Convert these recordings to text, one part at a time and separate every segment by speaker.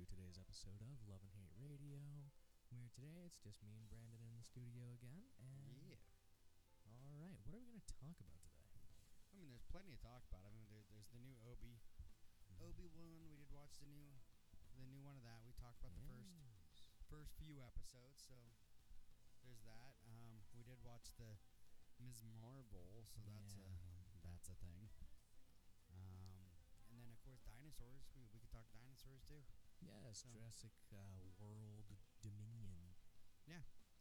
Speaker 1: episode of Love and Hate Radio, where today it's just me and Brandon in the studio again. And
Speaker 2: Yeah.
Speaker 1: All right, what are we going to talk about today?
Speaker 2: I mean, there's plenty to talk about. I mean, there, there's the new Obi,
Speaker 1: Mm-hmm.
Speaker 2: Obi Wan. We did watch the new, the new one of that. We talked about the first,
Speaker 1: Yes.
Speaker 2: first few episodes. So there's that. Um, we did watch the Ms. Marvel. So that's uh,
Speaker 1: Yeah.
Speaker 2: a that's a thing. Um, and then of course dinosaurs. We we could talk dinosaurs too.
Speaker 1: Yes,
Speaker 2: So-
Speaker 1: Jurassic uh, World Dominion.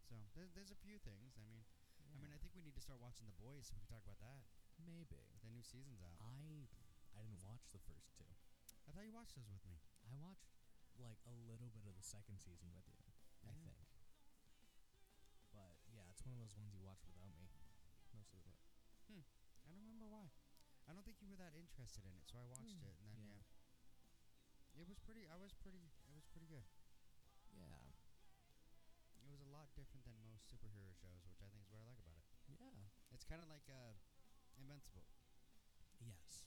Speaker 2: So there's, there's a few things. I mean, I mean,
Speaker 1: Yeah,
Speaker 2: I think we need to start watching The Boys. So we can talk about that.
Speaker 1: maybe.
Speaker 2: The new season's out.
Speaker 1: I I didn't watch the first two.
Speaker 2: I thought you watched those with me.
Speaker 1: I watched like a little bit of the second season with you, I
Speaker 2: Yeah.
Speaker 1: think. But yeah, it's one of those ones you watch without me most of the time.
Speaker 2: I don't remember why. I don't think you were that interested in it, so I watched
Speaker 1: Hmm.
Speaker 2: it, and then
Speaker 1: Yeah.
Speaker 2: yeah. it was pretty. I was pretty. It was pretty good.
Speaker 1: Yeah,
Speaker 2: It was a lot different than most superhero shows, which I think is what I like about it.
Speaker 1: yeah,
Speaker 2: It's kind of like uh, Invincible.
Speaker 1: yes.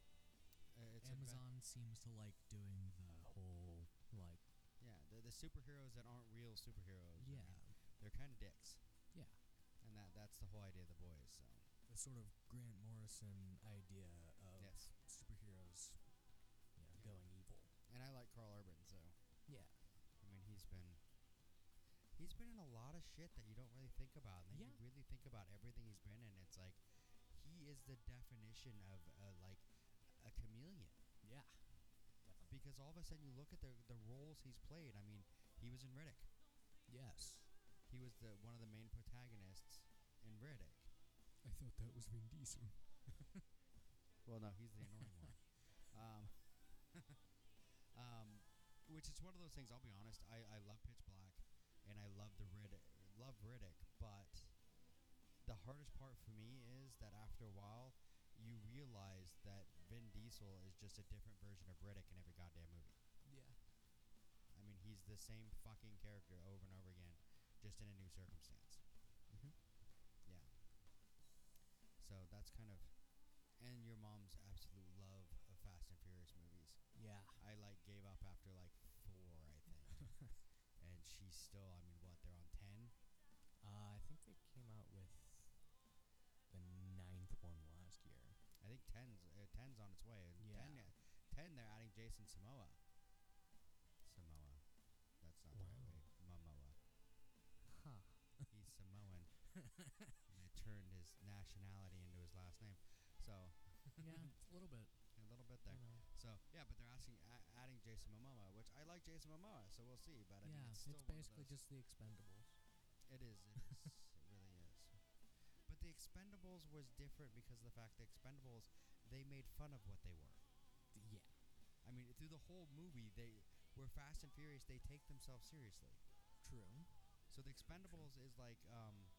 Speaker 2: Uh, it's
Speaker 1: Amazon seems to like doing the whole like
Speaker 2: Inven- yeah, the, the superheroes that aren't real superheroes. I
Speaker 1: yeah
Speaker 2: mean, they're kind of dicks,
Speaker 1: yeah
Speaker 2: and that that's the whole idea of the boys. So
Speaker 1: the sort of Grant Morrison idea of
Speaker 2: yes,
Speaker 1: superheroes you know,
Speaker 2: Yeah.
Speaker 1: going evil.
Speaker 2: and I like Carl Urban, so
Speaker 1: Yeah,
Speaker 2: I mean he's been. He's been in a lot of shit that you don't really think about. And then
Speaker 1: Yeah.
Speaker 2: you really think about everything he's been in. It's like he is the definition of uh, like a chameleon.
Speaker 1: yeah, definitely.
Speaker 2: Because all of a sudden you look at the the roles he's played. I mean, he was in Riddick.
Speaker 1: yes,
Speaker 2: He was the one of the main protagonists in Riddick.
Speaker 1: I thought that was Vin Diesel.
Speaker 2: Well, no, he's the annoying one. Um, um, which is one of those things. I'll be honest. I, I love Pitch Black, and I love the Riddick. Love Riddick, but the hardest part for me is that after a while, you realize that Vin Diesel is just a different version of Riddick in every goddamn movie.
Speaker 1: Yeah,
Speaker 2: I mean, he's the same fucking character over and over again, just in a new circumstance.
Speaker 1: Mhm.
Speaker 2: Yeah. So that's kind of, and your mom's absolute love of Fast and Furious movies.
Speaker 1: yeah.
Speaker 2: I like gave up after like four, I think, and she's still. I mean, what? They're on ten.
Speaker 1: Uh, I think they came out with the ninth one last year.
Speaker 2: I think ten's uh, ten's on its way. And
Speaker 1: Yeah.
Speaker 2: ten, uh, ten. They're adding Jason Samoa. Samoa. That's not
Speaker 1: Wow.
Speaker 2: right. Momoa.
Speaker 1: Huh.
Speaker 2: He's Samoan. and I turned his nationality into his last name. So,
Speaker 1: Yeah, a little bit.
Speaker 2: a little bit there.
Speaker 1: you know.
Speaker 2: So, yeah, but they're asking, a- adding Jason Momoa, which I like Jason Momoa, so we'll see. But I mean,
Speaker 1: yeah,
Speaker 2: it's
Speaker 1: it's,
Speaker 2: still one of
Speaker 1: basically
Speaker 2: those-
Speaker 1: just the Expendables.
Speaker 2: It is. It is. it really is. But the Expendables was different because of the fact the Expendables, they made fun of what they were.
Speaker 1: D- Yeah,
Speaker 2: I mean, through the whole movie, they were Fast and Furious. They take themselves seriously.
Speaker 1: true.
Speaker 2: So the Expendables is like, um,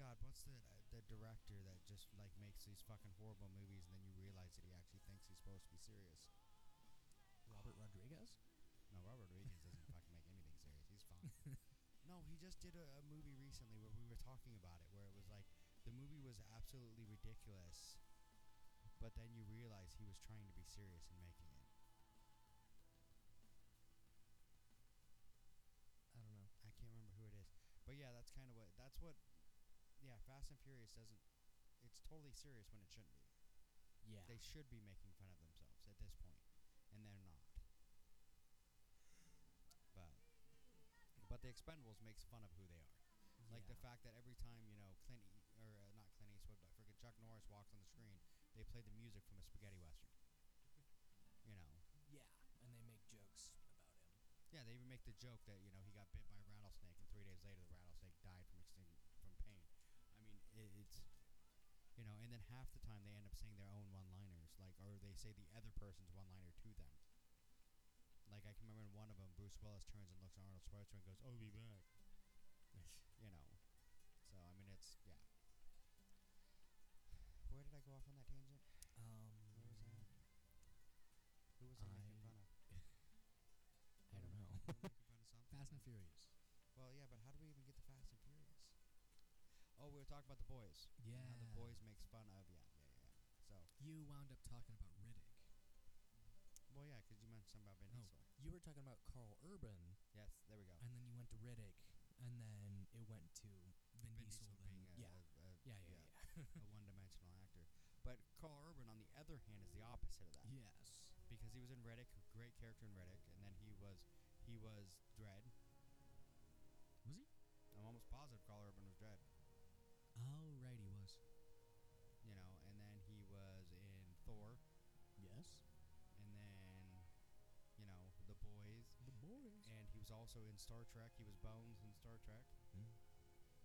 Speaker 2: God, what's the uh, the director that just like makes these fucking horrible movies, and then you realize that he actually thinks he's supposed to be serious.
Speaker 1: Robert Rodriguez.
Speaker 2: No, Robert Rodriguez doesn't fucking make anything serious. He's fine. no, he just did a, a movie recently where we were talking about it, where it was like the movie was absolutely ridiculous, but then you realize he was trying to be serious in making it.
Speaker 1: I don't know.
Speaker 2: I can't remember who it is, but yeah, that's kind of what that's what. Yeah, Fast and Furious doesn't. It's totally serious when it shouldn't be.
Speaker 1: Yeah,
Speaker 2: They should be making fun of themselves at this point, and they're not. But but the Expendables makes fun of who they are. Like the
Speaker 1: Yeah.
Speaker 2: fact that every time you know Clint E- or uh, not Clint Eastwood, but freaking Chuck Norris walks on the screen, they play the music from a spaghetti western. You know,
Speaker 1: Yeah, and they make jokes about him.
Speaker 2: yeah, they even make the joke that you know he got bit by a rattlesnake, and three days later the rattlesnake died from extinct from pain. I mean, it, it's you know, and then half the time they end up saying their own one-liners, like or they say the other person's one-liner to them. Like I can remember in one of them, Bruce Willis turns and looks at Arnold Schwarzenegger and goes, "I'll be back," you know. So I mean, it's yeah. Where did I go off on that tangent?
Speaker 1: um,
Speaker 2: Where was that? Who was I,
Speaker 1: I-
Speaker 2: making fun of?
Speaker 1: I don't know.
Speaker 2: Who- who were making fun of something?
Speaker 1: Fast and Furious.
Speaker 2: Well, yeah, but how do we even get to Fast and Furious? Oh, we were talking about the boys.
Speaker 1: Yeah,
Speaker 2: How the boys makes fun of. Yeah, yeah, yeah. So,
Speaker 1: You wound up talking about Riddick.
Speaker 2: Well, yeah, because you mentioned something about Vin
Speaker 1: No.
Speaker 2: Diesel.
Speaker 1: You were talking about Carl Urban,
Speaker 2: Yes, there we go.
Speaker 1: and then you went to Riddick, and then it went to Vin,
Speaker 2: Vin
Speaker 1: Diesel.
Speaker 2: Diesel
Speaker 1: then-
Speaker 2: being a,
Speaker 1: yeah.
Speaker 2: a- a-
Speaker 1: yeah, yeah, yeah,
Speaker 2: a one-dimensional actor. But Carl Urban, on the other hand, is the opposite of that
Speaker 1: yes.
Speaker 2: because he was in Reddick, a great character in Reddick, and then he was he was Dread.
Speaker 1: Was he?
Speaker 2: I'm almost positive Carl Urban was Dread.
Speaker 1: Oh, right, he was.
Speaker 2: You know, and then he was in Thor,
Speaker 1: Yes.
Speaker 2: and then you know the boys,
Speaker 1: The boys.
Speaker 2: and he was also in Star Trek. He was Bones in Star Trek.
Speaker 1: Hmm.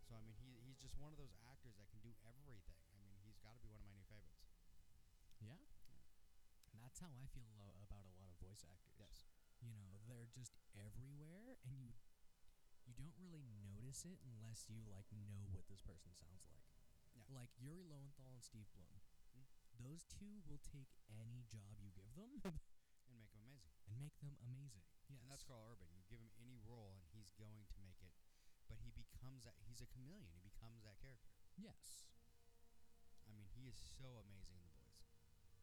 Speaker 2: So I mean, he he's just one of those actors that can do everything. I mean, he's got to be one of my new favorites.
Speaker 1: Yeah. That's how I feel lo- about a lot of voice actors. You know, they're just everywhere, and you you don't really notice it unless you like know what this person sounds like.
Speaker 2: Yeah.
Speaker 1: Like Yuri Lowenthal and Steve Blum.
Speaker 2: Mm.
Speaker 1: Those two will take any job you give them
Speaker 2: and make him amazing.
Speaker 1: and make them amazing. Yes.
Speaker 2: And that's Carl Urban. You give him any role, and he's going to make it. But he becomes that. He's a chameleon. He becomes that character.
Speaker 1: Yes.
Speaker 2: I mean, he is so amazing in The Boys.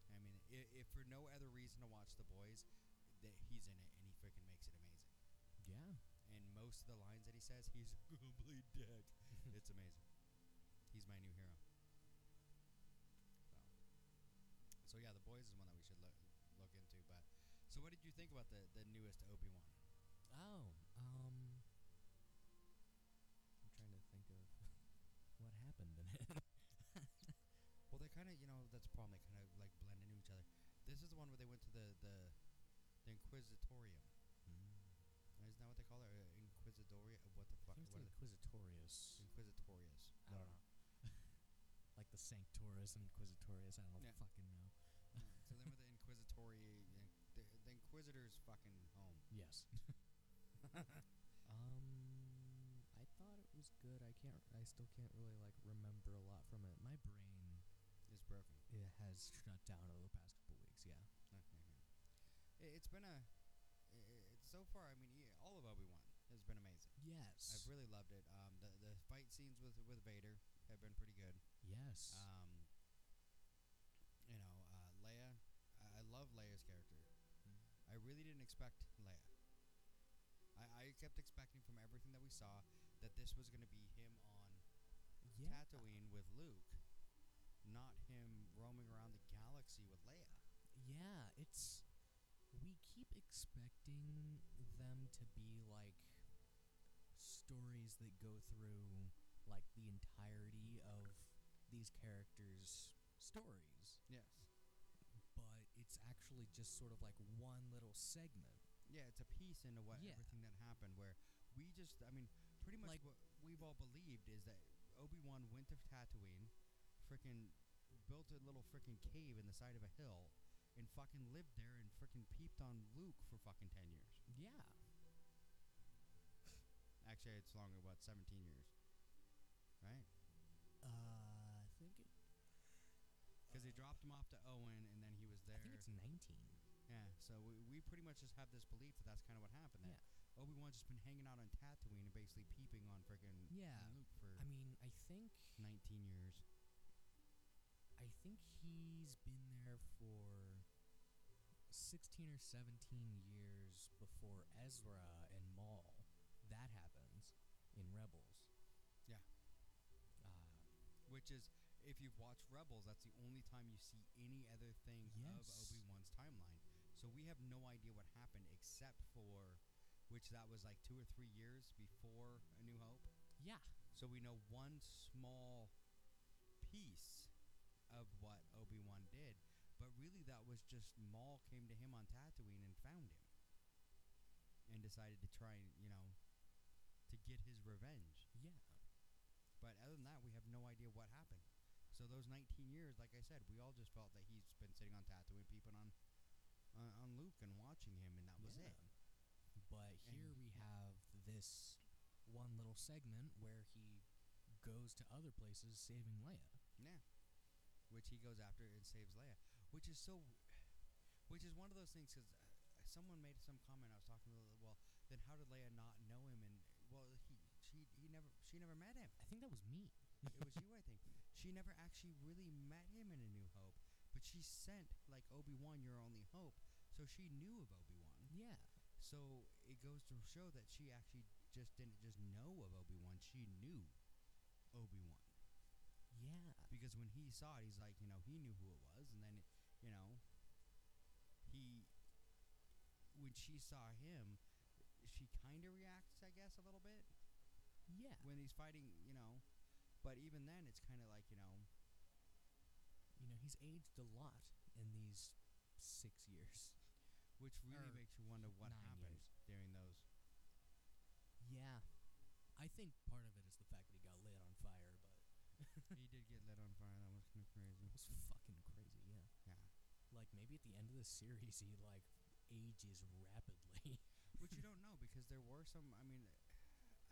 Speaker 2: I mean, if, if for no other reason to watch The Boys, that he's in it and he freaking makes it amazing.
Speaker 1: Yeah.
Speaker 2: And most of the lines that he says, he's complete dead. it's amazing. He's my new hero. So, so yeah, The Boys is one that we should look look into. But so, what did you think about the the newest Obi
Speaker 1: Oh,
Speaker 2: Wan?
Speaker 1: um, I'm trying to think of what happened in it.
Speaker 2: Well, they kind of, you know, that's a problem. They kind of like blend into each other. This is the one where they went to the the, the Inquisitorium. Isn't that what they call it? Uh, Inquisitoria? What the fuck?
Speaker 1: I think
Speaker 2: Hmm, What
Speaker 1: it's the Inquisitorius.
Speaker 2: is- Inquisitorius.
Speaker 1: I don't know. like the Sanctorus and Inquisitorius. I don't
Speaker 2: Yeah.
Speaker 1: fucking know.
Speaker 2: so then with the Inquisitori, the, the Inquisitor's fucking home.
Speaker 1: Yes. um, I thought it was good. I can't. I still can't really like remember a lot from it. My brain
Speaker 2: It's broken.
Speaker 1: it has shut down over the past couple weeks. Yeah.
Speaker 2: Okay. Mm-hmm. It, it's been a. i- i- It's so far. I mean, yeah, all of Obi Wan has been amazing.
Speaker 1: Yes.
Speaker 2: I've really loved it. Um, the the fight scenes with with Vader have been pretty good.
Speaker 1: yes.
Speaker 2: Um, you know, uh, Leia. I, I love Leia's character.
Speaker 1: Mm.
Speaker 2: I really didn't expect Leia. I, I kept expecting from everything that we saw that this was going to be him on
Speaker 1: yeah.
Speaker 2: Tatooine with Luke, not him roaming around the galaxy with Leia.
Speaker 1: Yeah, it's we keep expecting them to be like stories that go through like the entirety of these characters' stories,
Speaker 2: Yes.
Speaker 1: but it's actually just sort of like one little segment.
Speaker 2: Yeah, it's a piece into what
Speaker 1: Yeah.
Speaker 2: everything that happened where we just, I mean, pretty much
Speaker 1: Like-
Speaker 2: what we've all believed is that Obi-Wan went to Tatooine, freaking built a little freaking cave in the side of a hill, and fucking lived there and freaking peeped on Luke for fucking 10 years.
Speaker 1: Yeah.
Speaker 2: Actually, it's longer, what, 17 years? Right?
Speaker 1: Uh, I think it,
Speaker 2: Because they dropped him off to Owen, and then he was
Speaker 1: I
Speaker 2: there.
Speaker 1: think it's 19.
Speaker 2: yeah, so we, we pretty much just have this belief that that's kind of what happened. That Obi Wan's just been hanging out on Tatooine and basically peeping on freaking
Speaker 1: Yeah,
Speaker 2: Luke for
Speaker 1: I mean, I think
Speaker 2: 19 years.
Speaker 1: I think he's been there for 16 or 17 years before Ezra and Maul. That happens in Rebels.
Speaker 2: Yeah.
Speaker 1: Uh,
Speaker 2: Which is, if you've watched Rebels, that's the only time you see any other thing of
Speaker 1: Yes.
Speaker 2: Obi Wan's timeline. So we have no idea what happened except for, which that was like two or three years before A New Hope.
Speaker 1: yeah.
Speaker 2: So we know one small piece of what Obi Wan did, but really that was just Maul came to him on Tatooine and found him, and decided to try and you know to get his revenge.
Speaker 1: Yeah.
Speaker 2: But other than that, we have no idea what happened. So those 19 years, like I said, we all just felt that he's been sitting on Tatooine, peeping on on, on Luke and watching him, and that was
Speaker 1: Yeah.
Speaker 2: it.
Speaker 1: But here
Speaker 2: And-
Speaker 1: we have this one little segment where he goes to other places saving Leia.
Speaker 2: Yeah. Which he goes after and saves Leia, which is so, which is one of those things because uh, someone made some comment. I was talking to well, then how did Leia not know him? And well, he she he never she never met him.
Speaker 1: I think that was me.
Speaker 2: It was you, I think. She never actually really met him in A New Hope, but she sent like Obi Wan, your only hope. So So she knew of Obi Wan.
Speaker 1: Yeah.
Speaker 2: So it goes to show that she actually just didn't just know of Obi Wan. She knew Obi Wan
Speaker 1: Yeah.
Speaker 2: because when he saw it, he's like, you know, he knew who it was, and then, it, you know, he when she saw him, she kind of reacts, I guess, a little bit
Speaker 1: Yeah.
Speaker 2: when he's fighting, you know. But even then, it's kind of like, you know,
Speaker 1: You know, he's aged a lot in these six years.
Speaker 2: which really
Speaker 1: Or
Speaker 2: makes you wonder what
Speaker 1: nine
Speaker 2: happened
Speaker 1: years.
Speaker 2: during those.
Speaker 1: Yeah. I think part of it is the fact that he got lit on fire, but
Speaker 2: he did get lit on fire. That was kind of crazy.
Speaker 1: it was fucking crazy, yeah.
Speaker 2: Yeah.
Speaker 1: Like maybe at the end of the series he like ages rapidly.
Speaker 2: which you don't know because there were some. I mean,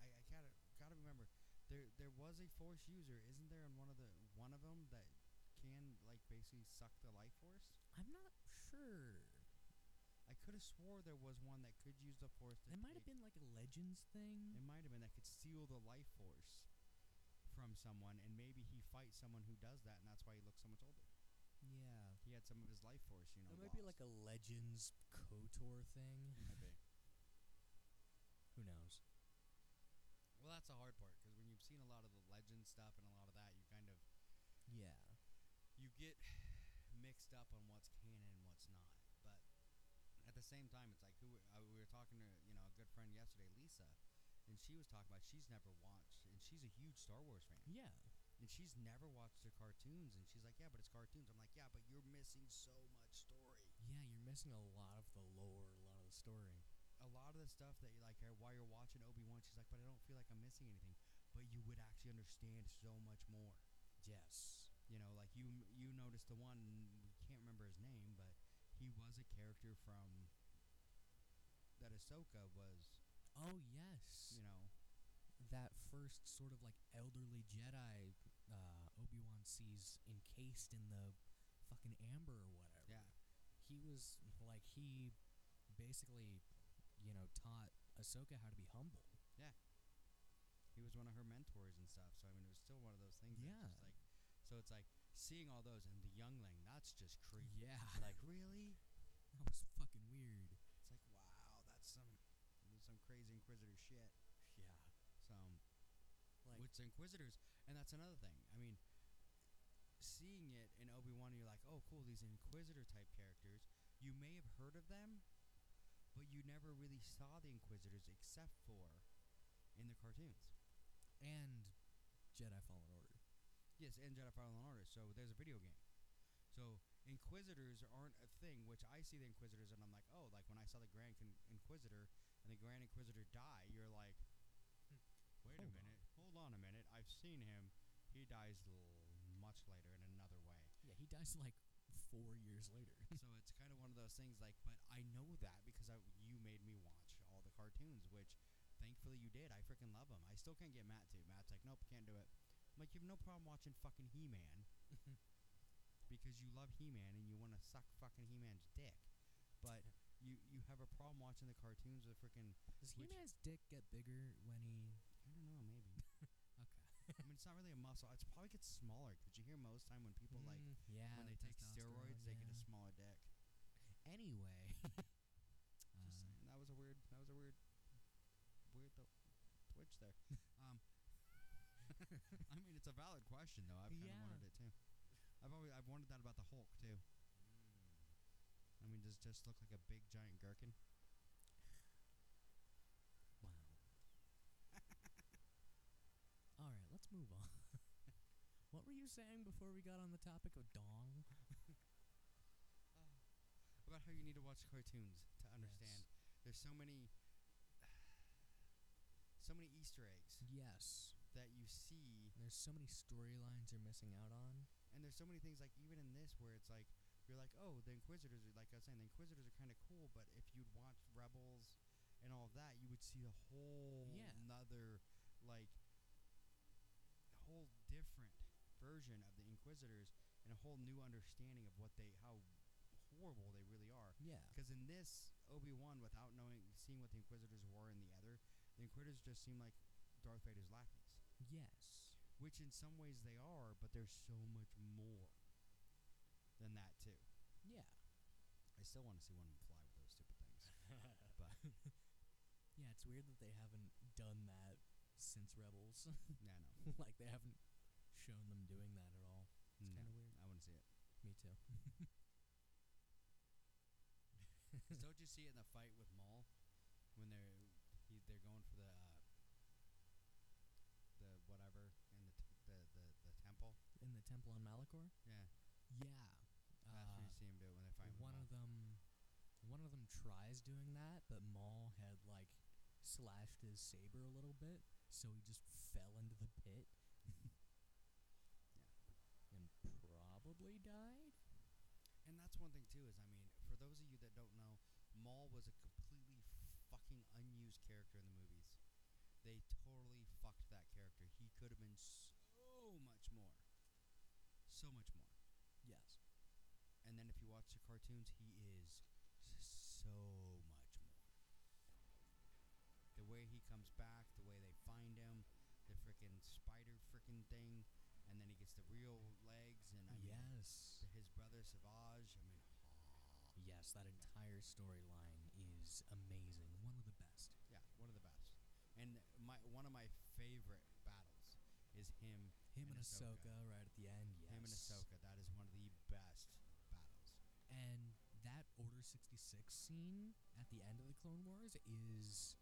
Speaker 2: I, I gotta gotta remember there there was a force user, isn't there? In one of the one of them that can like basically suck the life force.
Speaker 1: I'm not sure.
Speaker 2: I could have swore there was one that could use the force.
Speaker 1: It
Speaker 2: To
Speaker 1: might have
Speaker 2: take-
Speaker 1: been like a legends thing.
Speaker 2: It might have been that could steal the life force from someone, and maybe he fights someone who does that, and that's why he looks so much older.
Speaker 1: Yeah.
Speaker 2: He had some of his life force, you
Speaker 1: It
Speaker 2: know.
Speaker 1: might be like
Speaker 2: lost.
Speaker 1: a legends KOTOR thing.
Speaker 2: Might be.
Speaker 1: Who knows?
Speaker 2: Well, that's the hard part because when you've seen a lot of the legend stuff and a lot of that, you kind of
Speaker 1: Yeah.
Speaker 2: you get mixed up on what's canon and what's not. But at the same time, it's like who uh, we were talking to, you know, a good friend yesterday, Lisa, and she was talking about she's never watched, and she's a huge Star Wars fan,
Speaker 1: Yeah.
Speaker 2: and she's never watched the cartoons, and she's like, yeah, but it's cartoons. I'm like, yeah, but you're missing so much story.
Speaker 1: Yeah, you're missing a lot of the lore, a lot of the story.
Speaker 2: A lot of the stuff that you like uh, while you're watching Obi Wan, she's like, but I don't feel like I'm missing anything. But you would actually understand so much more.
Speaker 1: Yes.
Speaker 2: you know, like you you noticed the one we can't remember his name, but he was a character from that Ahsoka was,
Speaker 1: Oh yes.
Speaker 2: you know,
Speaker 1: that first sort of like elderly Jedi uh, Obi Wan sees encased in the fucking amber or whatever.
Speaker 2: yeah,
Speaker 1: He was like he basically, you know, taught Ahsoka how to be humble.
Speaker 2: he was one of her mentors and stuff. So I mean, it was still one of those things.
Speaker 1: Yeah.
Speaker 2: That it's just like, so it's like seeing all those and the youngling. That's just creepy.
Speaker 1: Yeah,
Speaker 2: Like really?
Speaker 1: that was fucking weird.
Speaker 2: It's like wow, that's some that's some crazy Inquisitor shit.
Speaker 1: Yeah,
Speaker 2: Some
Speaker 1: like
Speaker 2: with the Inquisitors, and that's another thing. I mean, seeing it in Obi Wan, you're like, oh, cool, these Inquisitor type characters. You may have heard of them, but you never really saw the Inquisitors except for in the cartoons.
Speaker 1: and Jedi Fallen Order.
Speaker 2: Yes, in Jedi Fallen Order. So there's a video game. So Inquisitors aren't a thing, which I see the Inquisitors, and I'm like, oh, like when I saw the Grand Con- Inquisitor and the Grand Inquisitor die, you're like, hmm, wait
Speaker 1: Hold
Speaker 2: a
Speaker 1: on.
Speaker 2: minute, hold on a minute, I've seen him. He dies l- much later in another way.
Speaker 1: Yeah, he dies like four years later.
Speaker 2: so it's kind of one of those things, like, but I know that because I, you made me watch all the cartoons, which thankfully you did. I freaking love them. I still can't get Matt to. Matt's like, nope, can't do it. I'm like, you have no problem watching fucking He Man because you love He Man and you want to suck fucking He Man's dick, but you you have a problem watching the cartoons with freaking.
Speaker 1: Does He
Speaker 2: Which- Mm.
Speaker 1: Man's dick get bigger when he?
Speaker 2: I don't know, maybe. I mean, it's not really a muscle. It's probably gets smaller because you hear most time when people like
Speaker 1: Mm, yeah,
Speaker 2: when
Speaker 1: the
Speaker 2: they take
Speaker 1: testosterone,
Speaker 2: steroids, they get a
Speaker 1: yeah.
Speaker 2: smaller dick.
Speaker 1: anyway.
Speaker 2: Just
Speaker 1: Um,
Speaker 2: saying, that was a weird. That was a weird. Weird the twitch there. Um, I mean, it's a valid question though. I've kind of
Speaker 1: Yeah.
Speaker 2: wanted it too. I've always I've wondered that about the Hulk too. I mean, does it just look like a big giant gherkin?
Speaker 1: Wow. All right, let's move on. what were you saying before we got on the topic of dong?
Speaker 2: About how you need to watch cartoons to understand. There's so many, so many Easter eggs
Speaker 1: Yes.
Speaker 2: that you see
Speaker 1: There's so many storylines you're missing out on.
Speaker 2: and there's so many things like even in this where it's like you're like oh the inquisitors are like i was saying the inquisitors are kind of cool but if you'd watch rebels and all that you would see a whole
Speaker 1: Yeah.
Speaker 2: another like whole different version of the inquisitors and a whole new understanding of what they how horrible they really are
Speaker 1: Yeah.
Speaker 2: because in this obi-wan without knowing seeing what the inquisitors were in the other the inquisitors just seem like darth vader's lackeys
Speaker 1: Yes.
Speaker 2: which in some ways they are, but there's so much more than that too.
Speaker 1: Yeah.
Speaker 2: I still want to see one of them fly
Speaker 1: yeah, it's weird that they haven't done that since Rebels.
Speaker 2: no, no,
Speaker 1: like they haven't shown them doing that at all. It's
Speaker 2: no,
Speaker 1: kind of weird.
Speaker 2: I want to see it.
Speaker 1: Me too.
Speaker 2: Because don't you see it in the fight with Maul when they're he, they're going for the uh, the whatever in the, t- the the the temple?
Speaker 1: In the temple on Malachor.
Speaker 2: Yeah,
Speaker 1: Yeah.
Speaker 2: that's
Speaker 1: uh,
Speaker 2: where you see him do it when they're fighting.
Speaker 1: one
Speaker 2: with
Speaker 1: of them, one of them tries doing that, but Maul had like slashed his saber a little bit, so he just fell into the pit. And probably died.
Speaker 2: And that's one thing too is I mean, for those of you that don't know, Maul was a completely fucking unused character in the movies. They totally fucked that character. He could have been so much more. So much more.
Speaker 1: Yes.
Speaker 2: And then if you watch the cartoons, he is so much more. The way he comes back, the way they find him, the freaking spider freaking thing, and then he gets the real legs and I mean,
Speaker 1: Yes.
Speaker 2: his brother Savage, I mean,
Speaker 1: Yes, that entire storyline is amazing. One of the best.
Speaker 2: Yeah, one of the best. And my one of my favorite battles is him
Speaker 1: Him and
Speaker 2: And Ahsoka.
Speaker 1: Ahsoka right at the end. Yes.
Speaker 2: him and Ahsoka. That is one of the best battles.
Speaker 1: And that Order 66 scene at the end of the Clone Wars is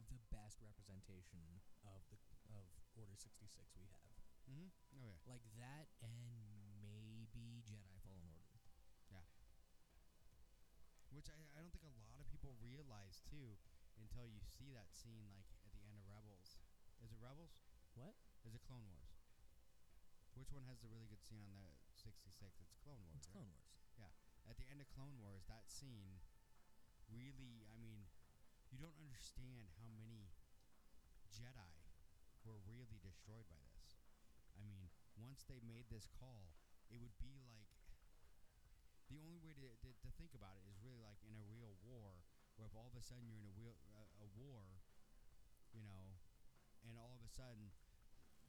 Speaker 1: the best representation of the of Order 66 we have.
Speaker 2: Mm-hmm. Oh yeah.
Speaker 1: Like that and maybe Jedi Fallen Order.
Speaker 2: Which I, I don't think a lot of people realize too until you see that scene like at the end of Rebels. Is it Rebels?
Speaker 1: What?
Speaker 2: Is it Clone Wars? Which one has the really good scene on the 66? It's Clone Wars.
Speaker 1: It's
Speaker 2: right?
Speaker 1: Clone Wars.
Speaker 2: at the end of Clone Wars, that scene really, I mean, you don't understand how many Jedi were really destroyed by this. I mean, once they made this call, it would be like the only way to, to, to think about it is really like in a real war, where if all of a sudden you're in a, real, uh, a war, you know, and all of a sudden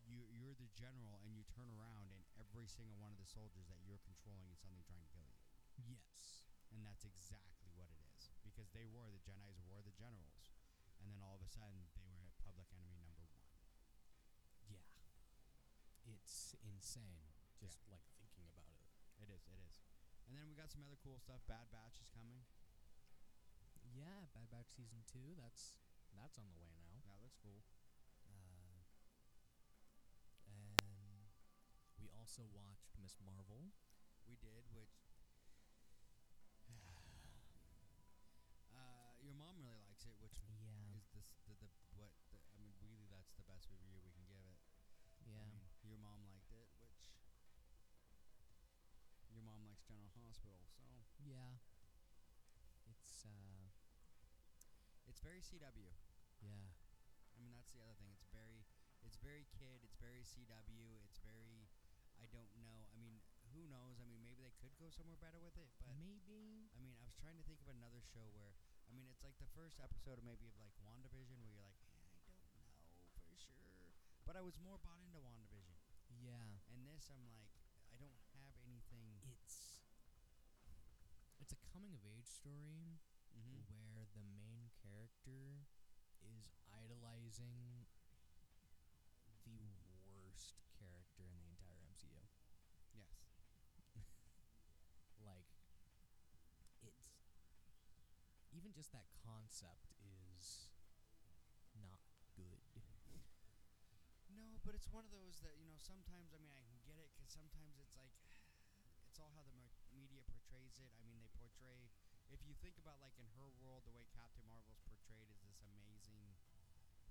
Speaker 2: you, you're the general and you turn around and every single one of the soldiers that you're controlling is suddenly trying to kill you
Speaker 1: Yes.
Speaker 2: and that's exactly what it is because they were the Jedi's were the generals, and then all of a sudden they were at public enemy number one.
Speaker 1: Yeah. It's insane just like thinking about it.
Speaker 2: It is, it is, and then we got some other cool stuff. Bad Batch is coming.
Speaker 1: Yeah, Bad Batch season 2, that's that's on the way now.
Speaker 2: That looks cool.
Speaker 1: Uh, and we also watched Miss Marvel.
Speaker 2: We did, which uh, your mom really likes it, which
Speaker 1: Yeah,
Speaker 2: is this the, the what the, I mean. Really, that's the best review we can give it. I
Speaker 1: yeah,
Speaker 2: mean, your mom liked it, which your mom likes General Hospital, so
Speaker 1: yeah. It's uh,
Speaker 2: it's very CW.
Speaker 1: yeah,
Speaker 2: I mean, that's the other thing. It's very, it's very kid. It's very CW. It's very, I don't know. I mean, who knows? I mean, maybe they could go somewhere better with it, but
Speaker 1: maybe.
Speaker 2: I mean, I was trying to think of another show where, I mean, it's like the first episode of maybe of like WandaVision, where you're like, eh, I don't know for sure, but I was more bought into WandaVision,
Speaker 1: Yeah,
Speaker 2: and this I'm like, I don't have anything.
Speaker 1: it's it's a coming of age story
Speaker 2: Mm-hmm.
Speaker 1: where the main character is idolizing the worst character in the entire MCU.
Speaker 2: Yes.
Speaker 1: like it's even just that concept is not good.
Speaker 2: No, but it's one of those that you know. Sometimes I mean, I can get it because sometimes it's like it's all how the mer- media portrays it. I mean, they portray. If you think about like in her world, the way Captain Marvel's portrayed is this amazing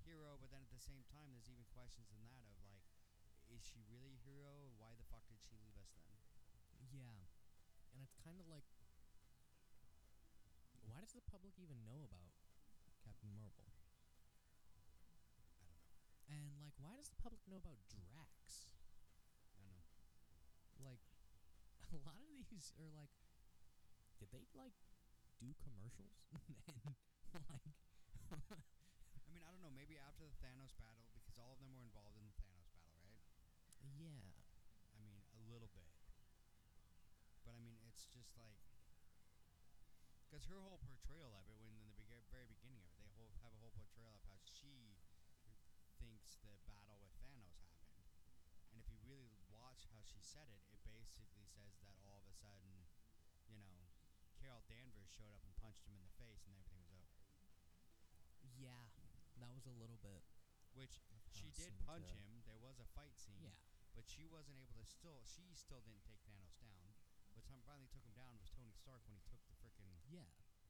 Speaker 2: hero, but then at the same time, there's even questions in that of like, is she really a hero? Why the fuck did she leave us then?
Speaker 1: Yeah. And it's kind of like why does the public even know about Captain Marvel?
Speaker 2: I don't know.
Speaker 1: And like why does the public know about Drax?
Speaker 2: I don't know.
Speaker 1: Like a lot of these are like did they like do commercials and like
Speaker 2: I mean, I don't know. Maybe after the Thanos battle, because all of them were involved in the Thanos battle, right?
Speaker 1: yeah.
Speaker 2: I mean, a little bit. But I mean, it's just like because her whole portrayal of it when in the bega- very beginning of it, they whole, have a whole portrayal of how she thinks the battle with Thanos happened. And if you really watch how she said it, it basically says that all of a sudden, you know, Carol Danvers showed up and punched him in the face and everything was over.
Speaker 1: Yeah, that was a little bit.
Speaker 2: Which
Speaker 3: That
Speaker 2: she
Speaker 3: kinda
Speaker 2: did
Speaker 3: seemed,
Speaker 2: punch
Speaker 3: uh,
Speaker 2: him. There was a fight scene.
Speaker 1: Yeah,
Speaker 2: But she wasn't able to still. She still didn't take Thanos down. What time finally took him down was Tony Stark when he took the frickin'
Speaker 1: yeah.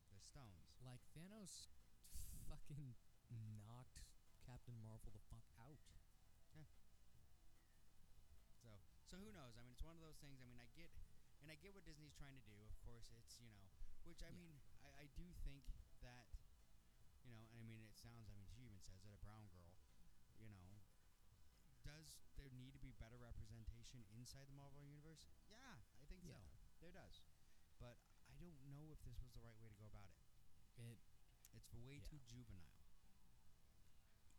Speaker 2: the stones.
Speaker 1: Like Thanos, fucking knocked Captain Marvel the fuck out.
Speaker 2: So so who knows? I mean, it's one of those things. I mean, I get and I get what Disney's trying to do. Of course, it's you know, which I
Speaker 1: Yeah.
Speaker 2: mean, I, I do think that you know, and I mean, it sounds. I mean, she even says it, a brown girl. You know, does there need to be better representation inside the Marvel universe? Yeah, I think
Speaker 1: Yeah.
Speaker 2: so. There does, but I don't know if this was the right way to go about it.
Speaker 1: It.
Speaker 2: It's way
Speaker 1: Yeah.
Speaker 2: too juvenile.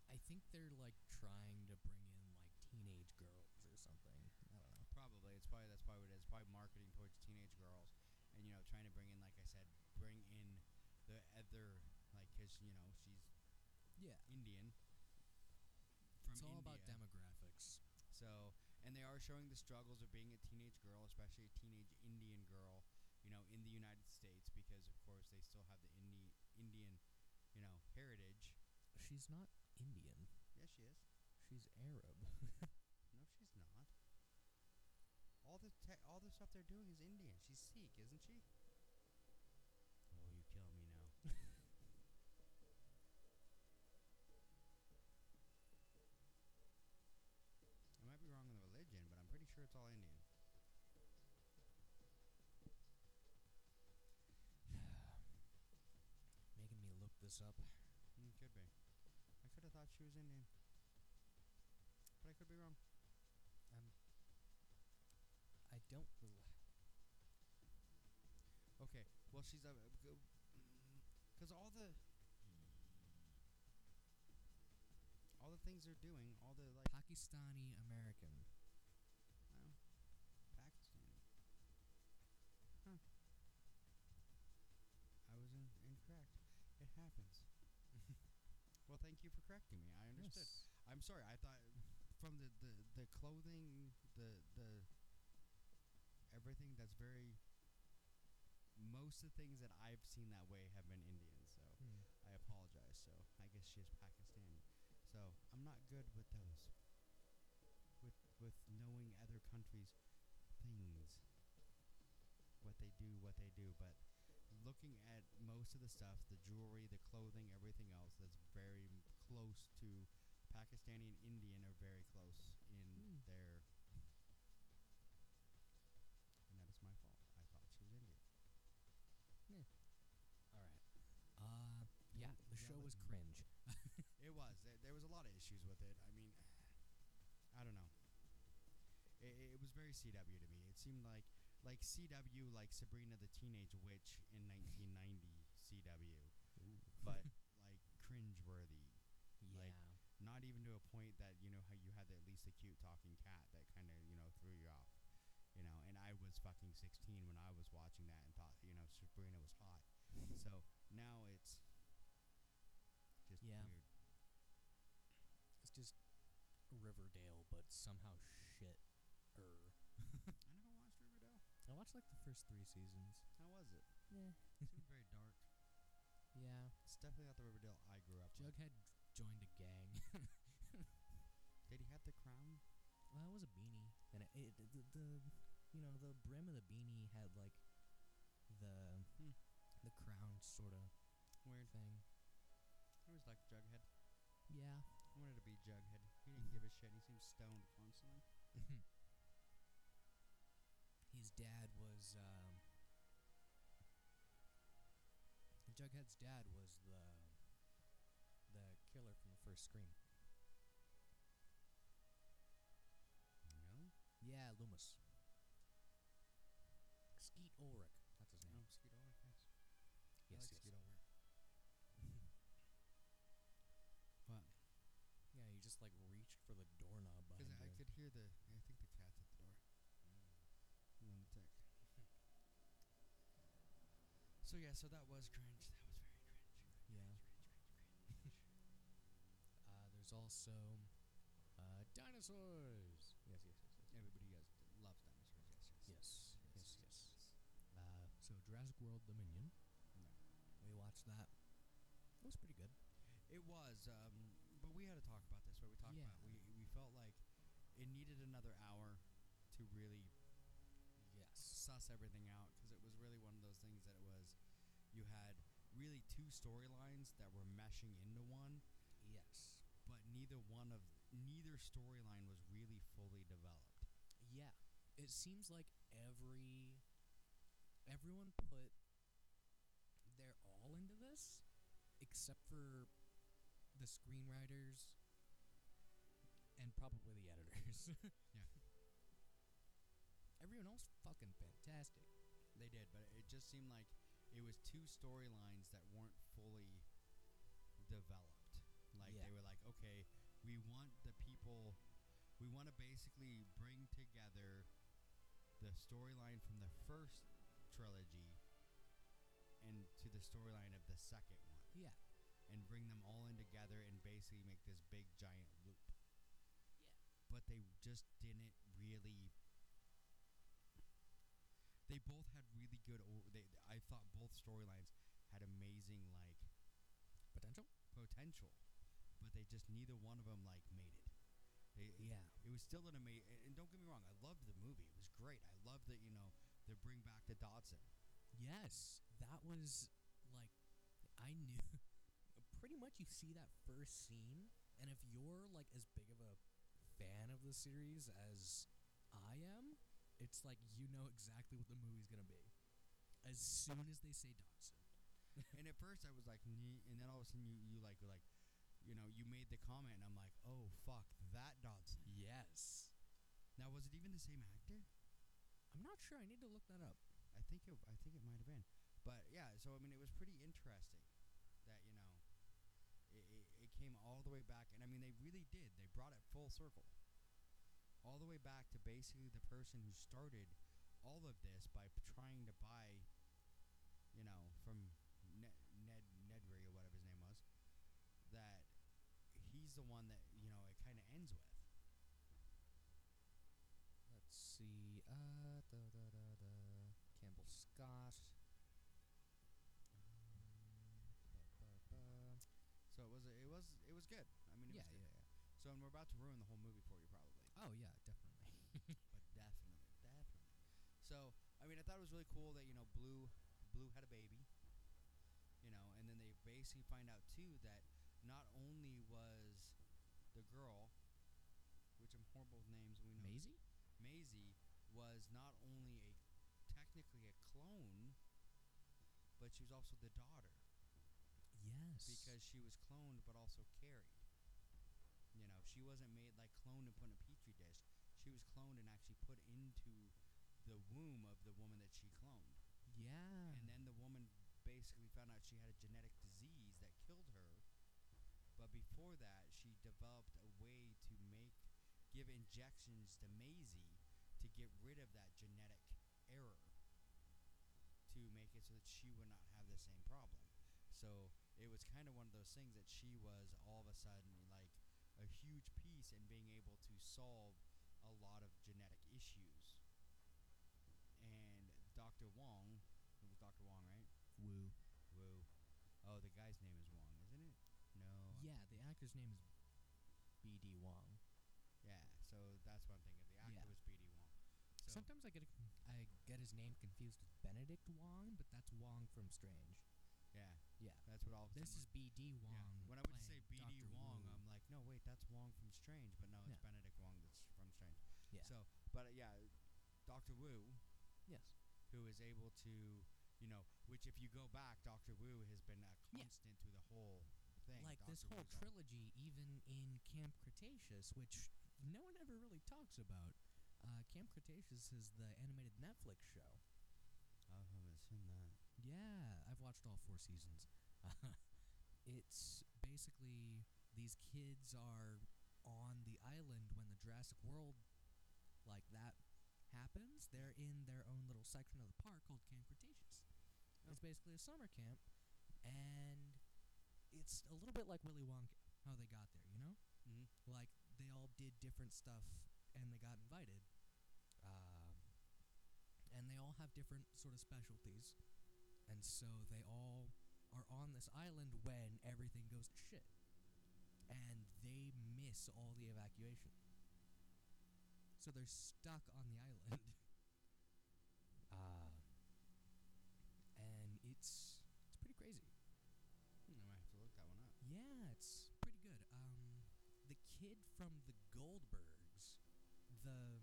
Speaker 1: I think they're like trying to bring in like teenage girls or something. I don't know.
Speaker 2: Probably it's probably that's probably what it is. Probably marketing towards teenage girls, and you know, trying to bring in, like I said, bring in the other, like, cause you know she's
Speaker 1: Yeah,
Speaker 2: Indian from
Speaker 1: it's all
Speaker 2: India.
Speaker 1: about demographics.
Speaker 2: so, and they are showing the struggles of being a teenage girl, especially a teenage Indian girl, you know, in the United States, because of course they still have the Indi- Indian, you know, heritage.
Speaker 1: She's not Indian.
Speaker 2: Yes, she is.
Speaker 1: She's Arab.
Speaker 2: No, she's not. All the te- all the stuff they're doing is Indian. She's Sikh, isn't she? Oh, you kill me now. I might be wrong on the religion, but I'm pretty sure it's all Indian.
Speaker 1: Making me look this up.
Speaker 2: Mm, could be. I could have thought she was Indian, but I could be wrong.
Speaker 1: I don't. Rel-
Speaker 2: Okay. Well, she's a because all the all the things they're doing, all the like
Speaker 1: Pakistani American.
Speaker 2: well, Pakistan. Huh. I was in, incorrect. It happens. well, thank you for correcting me. I understood.
Speaker 1: Yes.
Speaker 2: I'm sorry. I thought from the, the, the clothing, the the everything that's very most of the things that I've seen that way have been Indian. So
Speaker 1: Hmm.
Speaker 2: I apologize. So I guess she is Pakistani. So I'm not good with those. With with knowing other countries' things, what they do, what they do, but looking at most of the stuff, the jewelry, the clothing, everything else, that's very m- close to Pakistani and Indian are very close in
Speaker 1: Hmm.
Speaker 2: their. And that is my fault. I thought she was Indian.
Speaker 1: All right. Uh, yeah, the
Speaker 2: Yeah,
Speaker 1: show
Speaker 2: but-
Speaker 1: was cringe.
Speaker 2: It was. There, there was a lot of issues with it. I mean, I don't know. It, it it was very CW to me. It seemed like like CW, like Sabrina the Teenage Witch in 1990 CW, but like cringeworthy.
Speaker 1: yeah.
Speaker 2: Like- Not even to a point that you know how you had the, at least the cute talking cat that kind of you know threw you off. You know, and I was fucking 16 when I was watching that and thought you know Sabrina was hot. So now it's just
Speaker 1: Yeah.
Speaker 2: weird.
Speaker 1: it's just Riverdale, but somehow shit. Er.
Speaker 2: I never watched Riverdale.
Speaker 1: I watched like the first three seasons.
Speaker 2: How was it?
Speaker 1: Yeah.
Speaker 2: Seems very dark.
Speaker 1: Yeah.
Speaker 2: It's definitely not the Riverdale I grew up with.
Speaker 1: Jughead joined a gang.
Speaker 2: Did he have the crown?
Speaker 1: well, it was a beanie, and it, it the, the you know the brim of the beanie had like the
Speaker 2: Hmm.
Speaker 1: the crown sort of
Speaker 2: Weird.
Speaker 1: thing.
Speaker 2: I was like Jughead.
Speaker 1: Yeah.
Speaker 2: I wanted to be Jughead. He didn't give a shit. He seemed stoned constantly.
Speaker 1: his dad was um, Jughead's dad was the the killer from the first Scream.
Speaker 2: Really?
Speaker 1: Yeah, Loomis. Skeet Ulrich. That's his
Speaker 2: No,
Speaker 1: name.
Speaker 2: Skeet Ulrich.
Speaker 1: Yes,
Speaker 2: Yes. Oh, I like
Speaker 1: yes.
Speaker 2: Skeet Ulrich. What?
Speaker 1: Yeah, he just like reached for the doorknob behind
Speaker 2: Because I, I
Speaker 1: him.
Speaker 2: could hear the. I think the cat's at the door. Mm. Lunatic. So yeah, so that was cringe. That was very cringe.
Speaker 1: yeah. There's also uh, dinosaurs.
Speaker 2: Yes, yes, yes. yes. Everybody yes, loves dinosaurs. Yes,
Speaker 1: Yes, yes,
Speaker 2: yes,
Speaker 1: yes. Uh, so Jurassic World Dominion.
Speaker 2: No.
Speaker 1: We watched that. It was pretty good.
Speaker 2: It was, um, but we had to talk about this. Where we talked
Speaker 1: Yeah.
Speaker 2: about we we felt like it needed another hour to really
Speaker 1: Yes.
Speaker 2: suss everything out because it was really one of those things that it was. You had really two storylines that were meshing into one,
Speaker 1: Yes.
Speaker 2: but neither one of neither storyline was really fully developed.
Speaker 1: Yeah. It seems like every everyone put their all into this except for the screenwriters and probably the editors.
Speaker 2: Yeah.
Speaker 1: Everyone else fucking fantastic.
Speaker 2: They did, but it just seemed like it was two storylines that weren't fully developed. Like
Speaker 1: Yeah.
Speaker 2: they were like, okay, we want the people, we want to basically bring together the storyline from the first trilogy and to the storyline of the second one,
Speaker 1: Yeah.
Speaker 2: and bring them all in together and basically make this big giant loop. But they just didn't really they both had really good. O- they, I thought both storylines had amazing like
Speaker 1: Potential?
Speaker 2: potential, but they just neither one of them like made it. They,
Speaker 1: Yeah.
Speaker 2: It was still an amazing. And don't get me wrong, I loved the movie. It was great. I loved that you know they bring back the Dodson.
Speaker 1: Yes, that was like I knew. Pretty much, you see that first scene, and if you're like as big of a fan of the series as I am, it's like you know exactly what the movie's gonna be as soon as they say Dodson.
Speaker 2: and at first I was like, "Nyeh," and then all of a sudden you you like were like, you know, you made the comment, and I'm like, oh fuck, that Dodson.
Speaker 1: Yes,
Speaker 2: Now was it even the same actor?
Speaker 1: I'm not sure. I need to look that up.
Speaker 2: I think it, I think it might have been, but yeah. So I mean, it was pretty interesting that you know, it, it, it came all the way back, and I mean, they really did. They brought it full circle, all the way back to basically the person who started all of this by p- trying to buy, you know, from Ned Ned Nedry or whatever his name was, that he's the one that you know it kind of ends with.
Speaker 1: Let's see. Uh, da da da da. Campbell Scott. Um,
Speaker 2: So it was a, it was it was good. I mean, it
Speaker 1: Yeah,
Speaker 2: was good.
Speaker 1: yeah, yeah.
Speaker 2: So and we're about to ruin the whole movie for you probably.
Speaker 1: Oh yeah, definitely.
Speaker 2: but definitely, definitely. So I mean, I thought it was really cool that you know Blue, Blue had a baby. You know, and then they basically find out too that not only was the girl, which I'm horrible with names, we know
Speaker 1: Maisie.
Speaker 2: Maisie was not only a technically a clone, but she was also the daughter
Speaker 1: Yes.
Speaker 2: because she was cloned but also carried. You know, she wasn't made like cloned and put in a petri dish. She was cloned and actually put into the womb of the woman that she cloned.
Speaker 1: yeah.
Speaker 2: And then the woman basically found out she had a genetic disease that killed her. But before that, she developed a way to make give injections to Maisie to get rid of that genetic error to make it so that she would not have the same problem. So it was kind of one of those things that she was all of a sudden like a huge piece in being able to solve a lot of genetic issues. And Dr. Wong, it was Dr. Wong, right?
Speaker 1: Woo.
Speaker 2: Woo. Oh, the guy's name is Wong, isn't it? No.
Speaker 1: Yeah, the actor's name is B.D. Wong.
Speaker 2: Yeah, so that's what I'm thinking. The actor
Speaker 1: Yeah.
Speaker 2: was B.D. Wong. So,
Speaker 1: Sometimes I get a, I get his name confused with Benedict Wong, but that's Wong from Strange.
Speaker 2: yeah.
Speaker 1: Yeah.
Speaker 2: That's what all of a
Speaker 1: This
Speaker 2: sudden-
Speaker 1: is B.D. Wong.
Speaker 2: Oh, Yeah. When I would say
Speaker 1: playing
Speaker 2: BD
Speaker 1: Dr.
Speaker 2: Wong, um,
Speaker 1: Wu.
Speaker 2: I'm like, no, wait, that's Wong from Strange, but no,
Speaker 1: No.
Speaker 2: it's Benedict Wong that's from Strange.
Speaker 1: Yeah.
Speaker 2: So, but uh, yeah, Doctor Wu,
Speaker 1: yes,
Speaker 2: who is able to, you know, which if you go back, Doctor Wu has been a
Speaker 1: Yeah.
Speaker 2: constant through the whole thing.
Speaker 1: like this
Speaker 2: Dr.
Speaker 1: whole
Speaker 2: Wu's al-
Speaker 1: trilogy, even in Camp Cretaceous, which no one ever really talks about. Uh, Camp Cretaceous is the animated Netflix show.
Speaker 2: I haven't seen that.
Speaker 1: Yeah, I've watched all four seasons. it's basically these kids are on the island when the Jurassic World like that happens. They're in their own little section of the park called Camp Cretaceous. It's basically a summer camp and it's a little bit like Willy Wonka how they got there, you know?
Speaker 2: Mhm.
Speaker 1: Like they all did different stuff and they got invited. Um, and they all have different sort of specialties. And so they all are on this island when everything goes to shit. And they miss all the evacuation. So they're stuck on the island. Uh, and it's it's pretty crazy.
Speaker 2: Hmm, I might have to look that one up.
Speaker 1: Yeah, it's pretty good. Um, the kid from the Goldbergs, the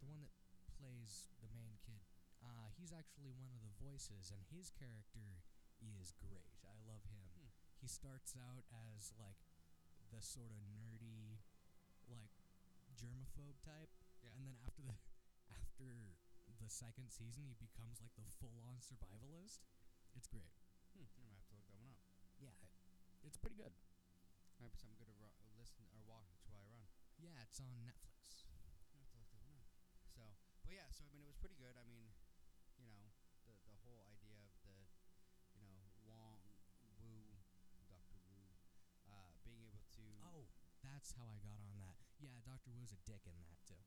Speaker 1: the one that plays the main kid, uh, he's actually one of the voices, and his character is great. I love him.
Speaker 2: Hmm.
Speaker 1: He starts out as like the sort of nerdy, like germaphobe type,
Speaker 2: Yeah.
Speaker 1: and then after the after the second season, he becomes like the full-on survivalist. It's great.
Speaker 2: Hmm, I might have to look that one up.
Speaker 1: Yeah, it's pretty good.
Speaker 2: Might be something good to ro- listen or watch while I run.
Speaker 1: Yeah, it's on Netflix.
Speaker 2: I have to look that one up. So, but yeah, so I mean, it was pretty good. I mean, you know, the the whole idea of the, you know, Wong Wu, Doctor Wu, uh, being able to.
Speaker 1: Oh, that's how I got on that. Yeah, Doctor Wu's a dick in that too.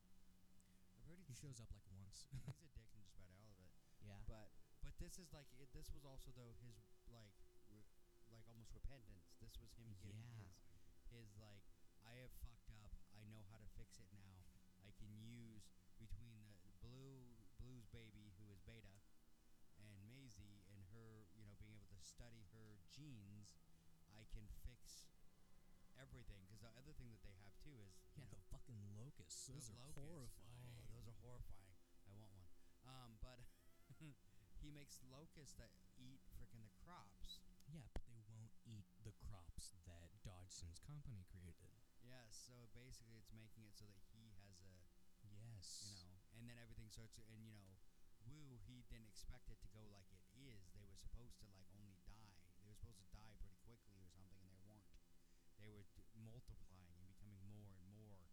Speaker 2: I've already
Speaker 1: He shows up like once.
Speaker 2: he's a dick in just about all of it.
Speaker 1: yeah.
Speaker 2: But but this is like it, this was also though his like re- like almost repentance. This was him getting
Speaker 1: Yeah.
Speaker 2: his his like I have fucked up. I know how to fix it now. I can use between the blue blues baby who is beta and Maisie and her you know being able to study her genes. I can fix everything because the other thing that they have too is you
Speaker 1: yeah,
Speaker 2: know,
Speaker 1: the fucking locusts. Those are
Speaker 2: locusts.
Speaker 1: horrifying.
Speaker 2: Oh, those are horrifying. I want one. Um, but he makes locusts that eat freaking the crops.
Speaker 1: yeah, but they won't eat the crops that Dodgson's company created.
Speaker 2: Yeah, so basically it's making it so that he has a,
Speaker 1: Yes.
Speaker 2: you know, and then everything starts to, and you know, Wu, he didn't expect it to go like it is. They were supposed to like only die. They were supposed to die pretty quickly or something, and they weren't. They were d- multiplying and becoming more and more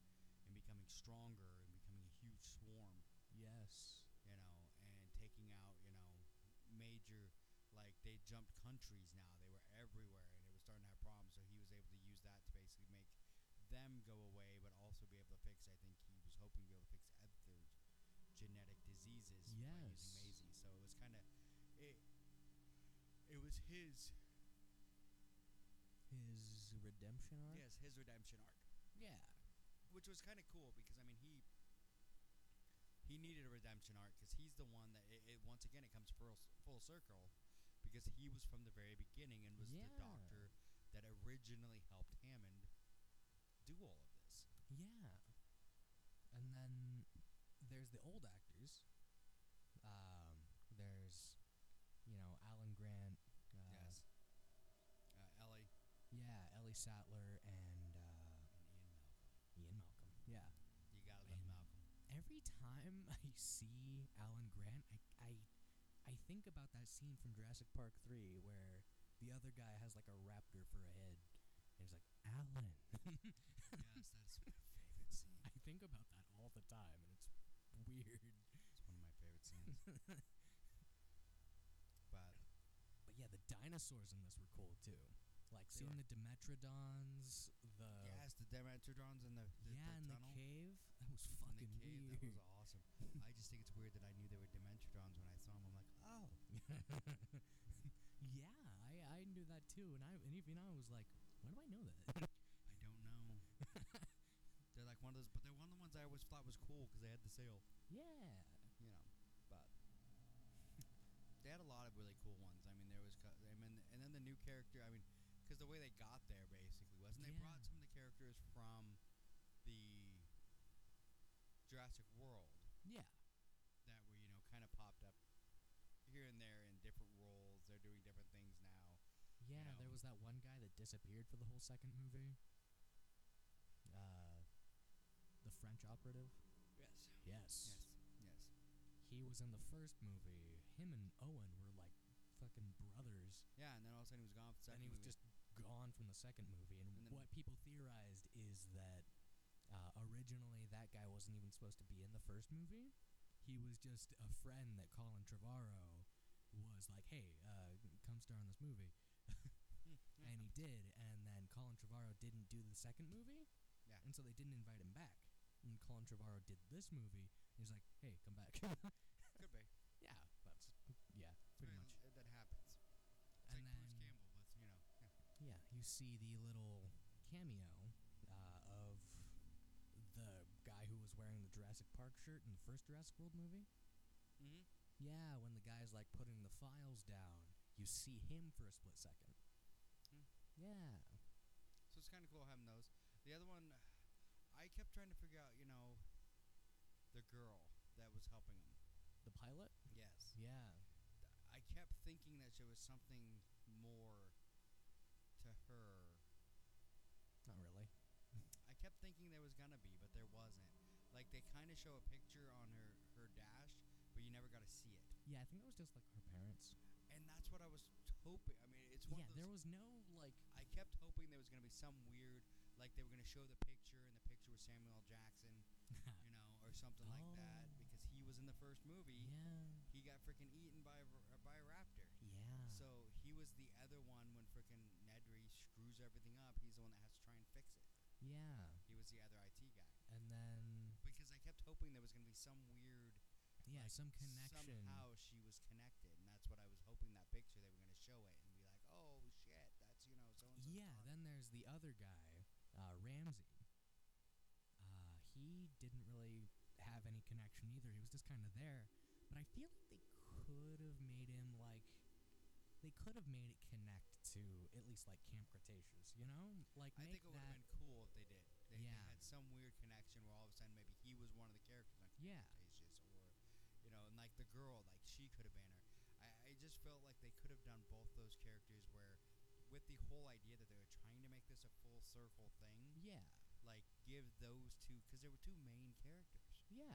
Speaker 2: and becoming stronger and becoming a huge swarm.
Speaker 1: Yes.
Speaker 2: you know, and taking out, you know, major, like they jumped countries now. They were everywhere, and it was starting to have problems. So he was able to use that to basically make them go away, but also be able to fix. I think he was hoping to be able to fix other genetic diseases by using
Speaker 1: Yes.
Speaker 2: Maisie. So it was kind of it. It was his,
Speaker 1: His redemption arc.
Speaker 2: yes, his redemption arc.
Speaker 1: Yeah.
Speaker 2: which was kind of cool because I mean he he needed a redemption arc because he's the one that it, it once again it comes full, s- full circle because he was from the very beginning and was the
Speaker 1: Yeah.
Speaker 2: doctor that originally helped Hammond do all of this.
Speaker 1: Yeah. And then there's the old actors. Um, there's, you know, Alan Grant. Uh,
Speaker 2: yes, uh, Ellie
Speaker 1: Yeah, Ellie Sattler and uh,
Speaker 2: and Ian
Speaker 1: Ian
Speaker 2: Malcolm.
Speaker 1: Malcolm. Yeah.
Speaker 2: You gotta love
Speaker 1: And-
Speaker 2: Malcolm.
Speaker 1: Every time I see Alan Grant, I, I, I think about that scene from Jurassic Park 3 where the other guy has like a raptor for a head. And he's like, Alan.
Speaker 2: yes, that's my favorite scene.
Speaker 1: I think about that all the time, and it's weird.
Speaker 2: It's one of my favorite scenes. but
Speaker 1: Uh-huh. But yeah, the dinosaurs in this were cool too. Like
Speaker 2: They
Speaker 1: seeing
Speaker 2: were.
Speaker 1: the Dimetrodons, the
Speaker 2: yes, the Demetrodons and the, the,
Speaker 1: yeah,
Speaker 2: the
Speaker 1: in the
Speaker 2: tunnel.
Speaker 1: cave. That was
Speaker 2: in
Speaker 1: fucking
Speaker 2: the cave.
Speaker 1: weird.
Speaker 2: That was awesome. I just think it's weird that I knew they were Dementrodons when I saw them. I'm like, oh,
Speaker 1: yeah, I, I knew that too, and I and even I was like, why do I know that?
Speaker 2: I don't know. they're like one of those, but they're one of the ones I always thought was cool because they had the sail,
Speaker 1: yeah,
Speaker 2: you know. But they had a lot of really cool ones. I mean, there was, co- I mean, and then the new character. I mean, because the way they got there basically wasn't they brought
Speaker 1: Yeah.
Speaker 2: some of the characters from the Jurassic World.
Speaker 1: yeah,
Speaker 2: that were you know kind of popped up here and there in different roles. They're doing different things now.
Speaker 1: yeah.
Speaker 2: know.
Speaker 1: There was that one guy that disappeared for the whole second movie. Uh, the French operative.
Speaker 2: Yes.
Speaker 1: Yes.
Speaker 2: Yes. Yes.
Speaker 1: He was in the first movie. Him and Owen were like fucking brothers.
Speaker 2: Yeah, and then all of a sudden he was gone. For the
Speaker 1: and
Speaker 2: second
Speaker 1: he was
Speaker 2: movie.
Speaker 1: just gone from the second movie. And,
Speaker 2: Mm-hmm. And then-
Speaker 1: what people theorized is that uh, originally that guy wasn't even supposed to be in the first movie. He was just a friend that Colin Trevorrow was like, "Hey, uh, come star in this movie," and he did. And then Colin Trevorrow didn't do the second movie,
Speaker 2: Yeah.
Speaker 1: and so they didn't invite him back. And Colin Trevorrow did this movie. And he's like, "Hey, come back."
Speaker 2: Could be.
Speaker 1: yeah, that's yeah, pretty much.
Speaker 2: Uh, That happens. It's
Speaker 1: And
Speaker 2: like Bruce
Speaker 1: then-
Speaker 2: Campbell with, you know.
Speaker 1: Yeah, you see the little cameo uh, of the guy who was wearing the Jurassic Park shirt in the first Jurassic World movie.
Speaker 2: Mm-hmm.
Speaker 1: Yeah, when the guy's like putting the files down, you see him for a split second.
Speaker 2: Hmm.
Speaker 1: Yeah,
Speaker 2: So it's kind of cool having those. The other one, I kept trying to figure out, you know, the girl that was helping him.
Speaker 1: the pilot.
Speaker 2: Yes.
Speaker 1: Yeah,
Speaker 2: I kept thinking that there was something more to her.
Speaker 1: not really.
Speaker 2: I kept thinking there was gonna be, but there wasn't. Like they kind of show a picture on her her dash, but you never got to see it.
Speaker 1: Yeah, I think it was just like her parents.
Speaker 2: And that's what I was hoping. I mean, it's one
Speaker 1: yeah,
Speaker 2: of
Speaker 1: there
Speaker 2: those.
Speaker 1: was no like.
Speaker 2: I kept hoping there was gonna be some weird, like they were gonna show the picture, and the picture was Samuel L. Jackson, you know, or something like that,
Speaker 1: Oh.
Speaker 2: because he was in the first movie.
Speaker 1: yeah,
Speaker 2: He got freaking eaten by a, r- by a raptor.
Speaker 1: yeah.
Speaker 2: So he was the other one when freaking Nedry screws everything up. He's the one that has to try and fix it.
Speaker 1: yeah,
Speaker 2: He was the other IT guy.
Speaker 1: and then
Speaker 2: Because I kept hoping there was going to be some weird
Speaker 1: yeah,
Speaker 2: like,
Speaker 1: some connection.
Speaker 2: Somehow she was connected, and that's what I was hoping that picture they were going to show it and be like, oh shit, that's you know so and so.
Speaker 1: Yeah, then there's the other guy, uh, Ramsey. Uh, he didn't really have any connection either. He was just kind of there, but I feel like they could have made him like they could have made it connect to at least like Camp Cretaceous, you know? Like
Speaker 2: I
Speaker 1: make
Speaker 2: think it would have
Speaker 1: that
Speaker 2: been cool if they did. They, they
Speaker 1: Yeah.
Speaker 2: had some weird connection where all of a sudden maybe he was one of the characters on
Speaker 1: yeah,
Speaker 2: Cretaceous, or you know, and like the girl, like she could have been her. I, I just felt like they could have done both those characters where. With the whole idea that they were trying to make this a full circle thing,
Speaker 1: yeah,
Speaker 2: like give those two because there were two main characters.
Speaker 1: yeah.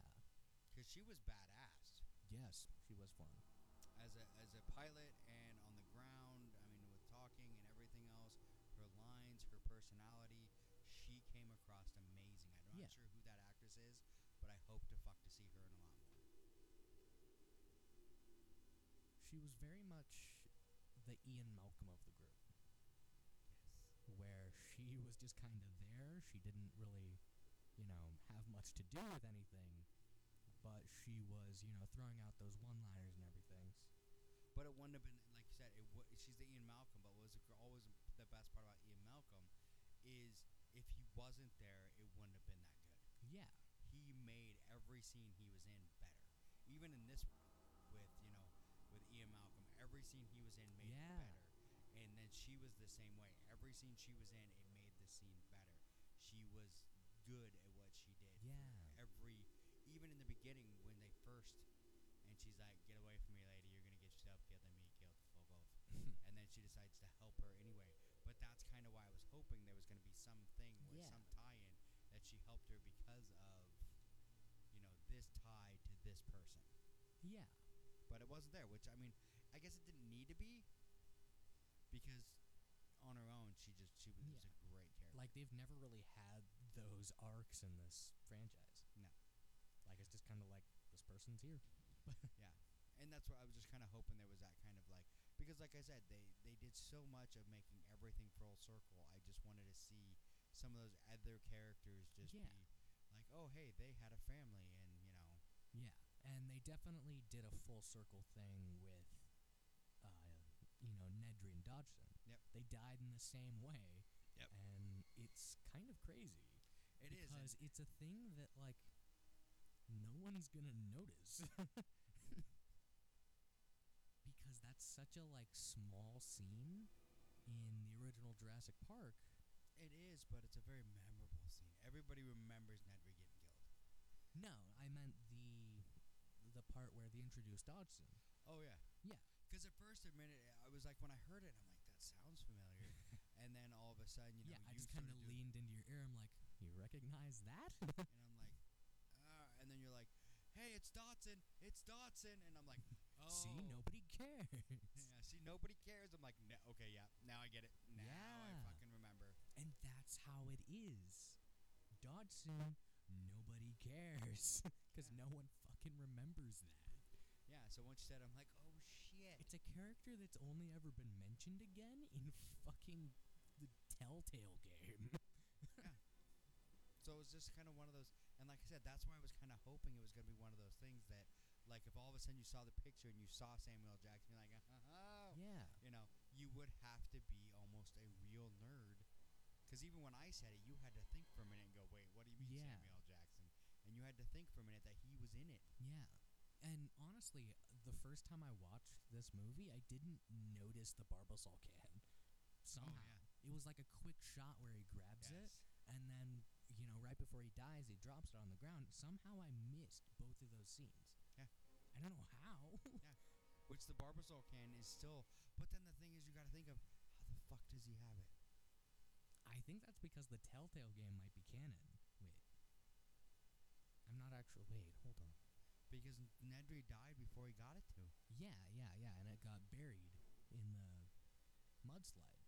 Speaker 2: Because she was badass.
Speaker 1: Yes, she was fun.
Speaker 2: as a as a pilot and on the ground, I mean, with talking and everything else, her lines, her personality, she came across amazing. I'm not
Speaker 1: Yeah.
Speaker 2: sure who that actress is, but I hope to fuck to see her in a lot more.
Speaker 1: She was very much the Ian Malcolm of the group.
Speaker 2: Yes.
Speaker 1: where she was just kind of there. She didn't really, you know, have much to do with anything, but she was, you know, throwing out those one-liners and everything.
Speaker 2: But it wouldn't have been like you said. It w- she's the Ian Malcolm, but what was always the best part about Ian Malcolm is if he wasn't there, it wouldn't have been that good.
Speaker 1: Yeah,
Speaker 2: he made every scene he was in better. Even in this one with, you know, with Ian Malcolm, every scene he was in made
Speaker 1: Yeah.
Speaker 2: it better. And then she was the same way. Every scene she was in, it made the scene better. She was good at what she did. for
Speaker 1: Yeah.
Speaker 2: Every even in the beginning when they first and she's like, Get away from me, lady, you're gonna get yourself killed and me killed for both and then she decides to help her anyway. But that's kind of why I was hoping there was going to be something or
Speaker 1: Yeah.
Speaker 2: some tie-in that she helped her because of, you know, this tie to this person.
Speaker 1: yeah,
Speaker 2: But it wasn't there, which I mean, I guess it didn't need to be because on her own she just she was
Speaker 1: Yeah.
Speaker 2: a great character.
Speaker 1: like they've never really had those arcs in this franchise.
Speaker 2: No.
Speaker 1: like it's just kind of like this person's here.
Speaker 2: and that's what I was just kind of hoping there was that kind of like because like I said they they did so much of making everything full circle. I just wanted to see some of those other characters just
Speaker 1: Yeah.
Speaker 2: be like, oh hey, they had a family and you know
Speaker 1: Yeah, and they definitely did a full circle thing with, uh, you know, Nedry and Dodgson.
Speaker 2: Yep.
Speaker 1: they died in the same way.
Speaker 2: Yep.
Speaker 1: and it's kind of crazy.
Speaker 2: it is
Speaker 1: because it's a thing that like no one's gonna notice because that's such a like small scene in the original Jurassic Park.
Speaker 2: and it is, but it's a very memorable scene. Everybody remembers Nedry getting killed.
Speaker 1: No, I meant the the part where they introduced Dodson.
Speaker 2: Oh yeah,
Speaker 1: Yeah.
Speaker 2: Because at first, a minute, I was like when I heard it, I'm like that sounds familiar, and then all of a sudden, you know,
Speaker 1: yeah, I
Speaker 2: you
Speaker 1: just kind of
Speaker 2: started doing-
Speaker 1: leaned into your ear. I'm like, you recognize that?
Speaker 2: and I'm like, ah, and then you're like, hey, it's Dotson, it's Dotson, and I'm like, oh,
Speaker 1: See, nobody cares.
Speaker 2: yeah, see, nobody cares. I'm like, no, okay, yeah, now I get it. Now
Speaker 1: Yeah.
Speaker 2: I fucking remember.
Speaker 1: And that's how it is. Dodson, nobody cares because
Speaker 2: Yeah.
Speaker 1: no one fucking remembers that.
Speaker 2: Yeah, so once you said, it, I'm like, oh shit.
Speaker 1: It's a character that's only ever been mentioned again in fucking the Telltale game.
Speaker 2: So it was just kind of one of those, and like I said, that's why I was kind of hoping it was going to be one of those things that, like, if all of a sudden you saw the picture and you saw Samuel L. Jackson, you're like, oh,
Speaker 1: yeah.
Speaker 2: you know, you would have to be almost a real nerd, because even when I said it, you had to think for a minute and go, wait, what do you mean
Speaker 1: Yeah.
Speaker 2: Samuel L. Jackson? And you had to think for a minute that he was in it.
Speaker 1: Yeah. And honestly, the first time I watched this movie, I didn't notice the Barbasol can.
Speaker 2: Oh,
Speaker 1: Somehow. It was like a quick shot where he grabs it, and then, you know, right before he dies, he drops it on the ground. Somehow I missed both of those scenes.
Speaker 2: Yeah.
Speaker 1: I don't know how.
Speaker 2: Which the Barbasol can is still, but then the thing is, you got to think of how the fuck does he have it?
Speaker 1: I think that's because the Telltale game might be canon. Wait. I'm not actually. Wait, hold on.
Speaker 2: Because Nedry died before he got it to. him.
Speaker 1: Yeah, yeah, yeah, and it got buried in the mudslide.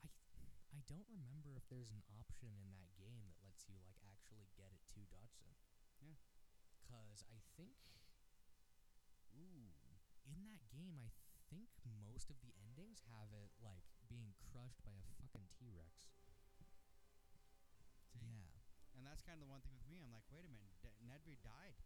Speaker 1: I I don't remember if there's an option in that game that lets you like actually get it to Dodson.
Speaker 2: Yeah.
Speaker 1: Cuz I think
Speaker 2: Ooh.
Speaker 1: in that game I think most of the endings have it like being crushed by a fucking T-Rex.
Speaker 2: See?
Speaker 1: Yeah.
Speaker 2: And that's kind of the one thing with me. I'm like, wait a minute, D- Nedry died.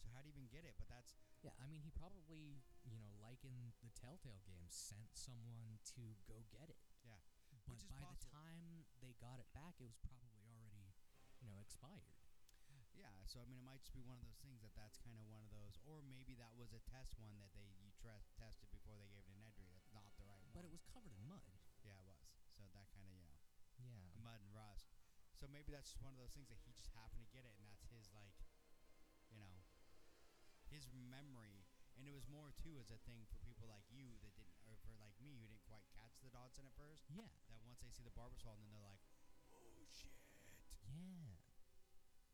Speaker 2: So how do you even get it? But that's
Speaker 1: Yeah, I mean, he probably, you know, like in the Telltale game, sent someone to go get it.
Speaker 2: Yeah,
Speaker 1: But
Speaker 2: which is
Speaker 1: by the
Speaker 2: possible.
Speaker 1: time they got it back, it was probably already, you know, expired.
Speaker 2: yeah. So I mean, it might just be one of those things that that's kind of one of those, or maybe that was a test one that they you tre- tested before they gave it to Nedry. That's not the right
Speaker 1: But
Speaker 2: one.
Speaker 1: it was covered in mud.
Speaker 2: yeah, it was. So that kind of you know
Speaker 1: Yeah.
Speaker 2: mud and rust. So maybe that's just one of those things that he just happened to get it, and that's his like, you know, his memory. And it was more too as a thing for people like you that didn't, or for like me who didn't quite catch the Dodson at first.
Speaker 1: Yeah.
Speaker 2: That once they see the Barbasol, and then they're like, oh shit.
Speaker 1: Yeah.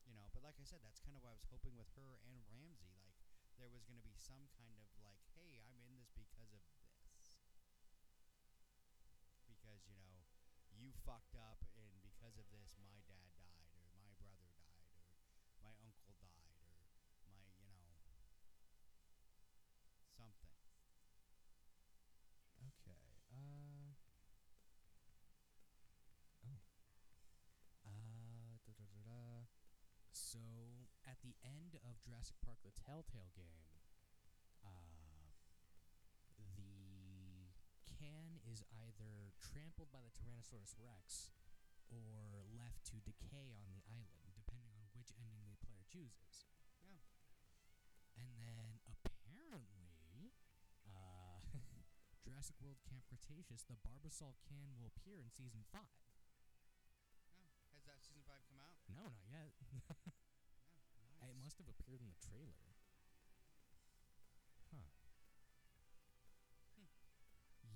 Speaker 2: you know. But like I said, that's kind of why I was hoping with her and Ramsey, like there was going to be some kind of like, hey, I'm in this because of this, because you know, you fucked up, and because of this, my dad died, or my brother died, or my uncle died, or my, you know, something.
Speaker 1: Okay. Uh. Oh. Uh. Da, da, da, da. So at the end of Jurassic Park: The Telltale Game, uh, the can is either trampled by the Tyrannosaurus Rex or left to decay on the island, depending on which ending the player chooses.
Speaker 2: Yeah.
Speaker 1: And then apparently, uh, Jurassic World Camp Cretaceous, the Barbasol can will appear in season five.
Speaker 2: Has that season five come out?
Speaker 1: No, not yet.
Speaker 2: Yeah,
Speaker 1: It must have appeared in the trailer. Huh.
Speaker 2: Hmm.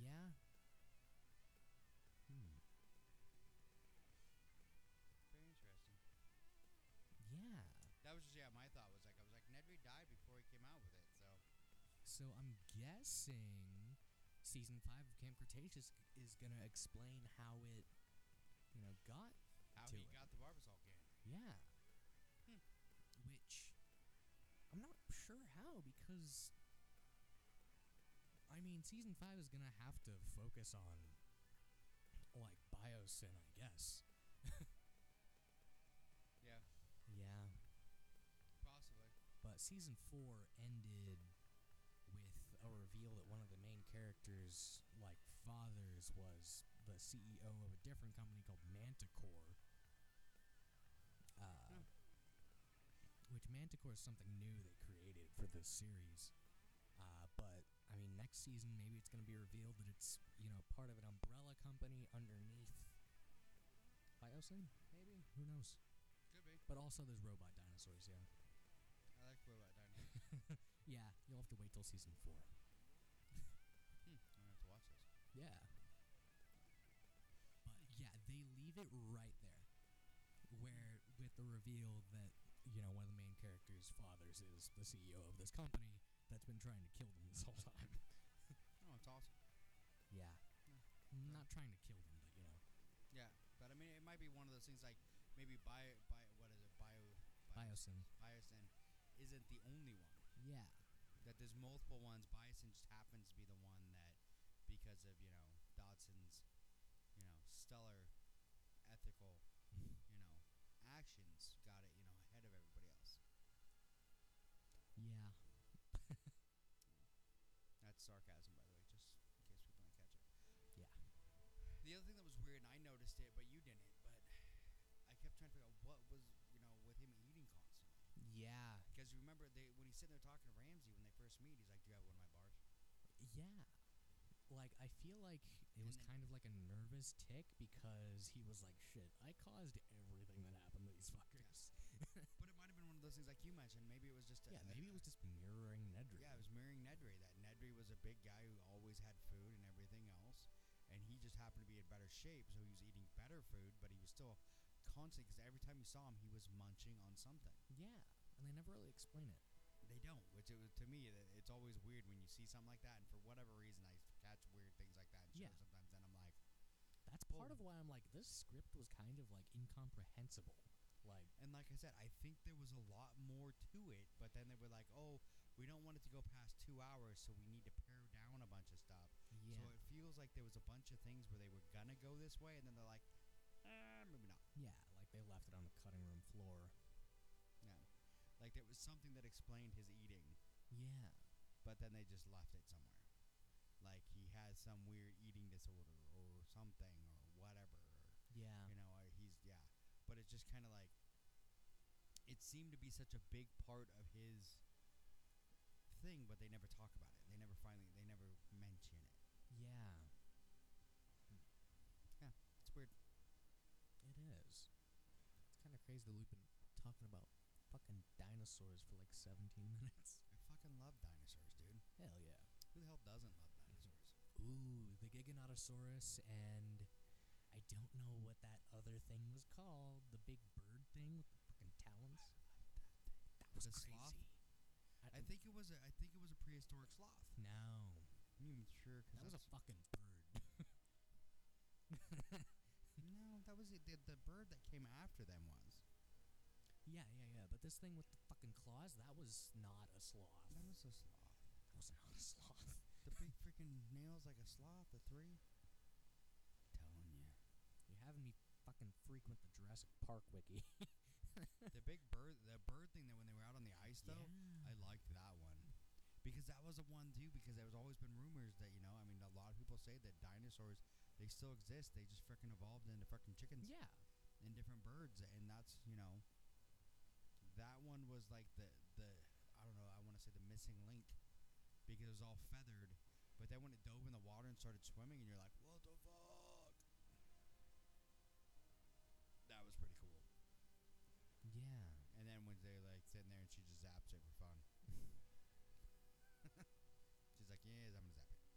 Speaker 1: Yeah. Hmm.
Speaker 2: Very interesting.
Speaker 1: Yeah.
Speaker 2: That was just yeah. My thought was like I was like Nedry died before he came out with it, so
Speaker 1: So I'm guessing season five of Camp Cretaceous is gonna explain how it, you know, got
Speaker 2: how
Speaker 1: To
Speaker 2: he
Speaker 1: it.
Speaker 2: got the Barbasol can.
Speaker 1: Yeah.
Speaker 2: Hmm.
Speaker 1: Which I'm not sure how because I mean season 5 is going to have to focus on like biosyn, I guess.
Speaker 2: Yeah.
Speaker 1: Yeah,
Speaker 2: Possibly.
Speaker 1: but season 4 ended with a reveal that one of the main characters like fathers was the CEO of a different company called Manticore. Uh,
Speaker 2: Hmm.
Speaker 1: Which Manticore is something new they created for this series. Uh, but I mean, next season maybe it's going to be revealed that it's you know part of an umbrella company underneath Biosyn. Maybe who knows?
Speaker 2: Could be.
Speaker 1: But also there's robot dinosaurs. Yeah.
Speaker 2: I like robot dinosaurs.
Speaker 1: Yeah, you'll have to wait till season four.
Speaker 2: hmm. I'm gonna have to watch this.
Speaker 1: Yeah. But yeah, they leave it right there. Where with the reveal that, you know, one of the main characters' fathers is the CEO of this company that's been trying to kill them this whole time.
Speaker 2: Oh, it's awesome.
Speaker 1: Yeah. Not trying to kill them, but you know.
Speaker 2: Yeah, but I mean, it might be one of those things like maybe bio, bio what is it, bio,
Speaker 1: Biosyn.
Speaker 2: Biosyn isn't the only one.
Speaker 1: Yeah.
Speaker 2: That there's multiple ones. Biosyn just happens to be the one that, because of you know Dodson's, you know, stellar, ethical, you know, actions got it, you know, ahead of everybody else.
Speaker 1: Yeah.
Speaker 2: That's sarcasm, by the way, just in case people don't catch it.
Speaker 1: Yeah.
Speaker 2: The other thing that was weird, and I noticed it, but you didn't. But I kept trying to figure out what was, you know, with him eating constantly.
Speaker 1: Yeah.
Speaker 2: Because remember, they when he's sitting there talking to Ramsey when they first meet, he's like, "Do you have one of my bars?"
Speaker 1: Yeah. Like I feel like it was
Speaker 2: And then-
Speaker 1: kind of like a nervous tick because he was like, "Shit, I caused everything that happened to these fuckers."
Speaker 2: But it might have been one of those things like you mentioned. Maybe it was just a,
Speaker 1: Yeah,
Speaker 2: a-
Speaker 1: maybe it was just mirroring Nedry.
Speaker 2: Yeah, it was mirroring Nedry. That Nedry was a big guy who always had food and everything else, and he just happened to be in better shape, so he was eating better food, but he was still constant because every time you saw him, he was munching on something.
Speaker 1: yeah, and they never really explain it.
Speaker 2: They don't, which it was, to me, it- it's always weird when you see something like that, and for whatever reason, I catch weird things like that in
Speaker 1: Yeah.
Speaker 2: shows sometimes, and I'm like,
Speaker 1: That's part of why I'm like, this script was kind of like incomprehensible. Like,
Speaker 2: and like I said, I think there was a lot more to it, but then they were like, oh, we don't want it to go past two hours, so we need to pare down a bunch of stuff.
Speaker 1: yeah,
Speaker 2: So it feels like there was a bunch of things where they were gonna go this way, and then they're like, eh, maybe not.
Speaker 1: yeah, like they left it on the cutting room floor.
Speaker 2: No, like there was something that explained his eating,
Speaker 1: Yeah,
Speaker 2: but then they just left it somewhere. Like he has some weird eating disorder or something or whatever.
Speaker 1: yeah,
Speaker 2: Or, you know, or he's yeah. But it's just kind of like it seemed to be such a big part of his thing, but they never talk about it. They never finally. They never mention it.
Speaker 1: yeah.
Speaker 2: It's weird.
Speaker 1: It is. It's kind of crazy that we've been talking about fucking dinosaurs for like 17 minutes.
Speaker 2: I fucking love dinosaurs, dude.
Speaker 1: Hell yeah.
Speaker 2: Who the hell doesn't love dinosaurs?
Speaker 1: Ooh, the Giganotosaurus and I don't know what that other thing was called. The big bird thing with the fucking talons. That was
Speaker 2: The
Speaker 1: crazy.
Speaker 2: sloth? I think it was a I think it was a prehistoric sloth.
Speaker 1: no,
Speaker 2: I'm even sure
Speaker 1: that was a
Speaker 2: that's-
Speaker 1: fucking bird.
Speaker 2: no. That was it. The, the bird that came after them was
Speaker 1: yeah, yeah, yeah. But this thing with the fucking claws, that was not a sloth.
Speaker 2: that was a sloth.
Speaker 1: That was not a sloth.
Speaker 2: The big freaking nails like a sloth. The three. Telling you,
Speaker 1: You're having me fucking frequent the Jurassic Park wiki.
Speaker 2: the big bird, the bird thing that when they were out on the ice though, I liked that one because that was the one too. Because there's always been rumors that you know, I mean, a lot of people say that dinosaurs they still exist. They just freaking evolved into freaking chickens.
Speaker 1: yeah.
Speaker 2: and different birds, and that's you know, that one was like the the I don't know I want to say the missing link because it was all feathered, but then when it dove in the water and started swimming, and you're like, what the fuck? That was pretty cool.
Speaker 1: Yeah.
Speaker 2: And then when they're like sitting there and she just zaps it for fun, she's like, yes, I'm gonna zap it.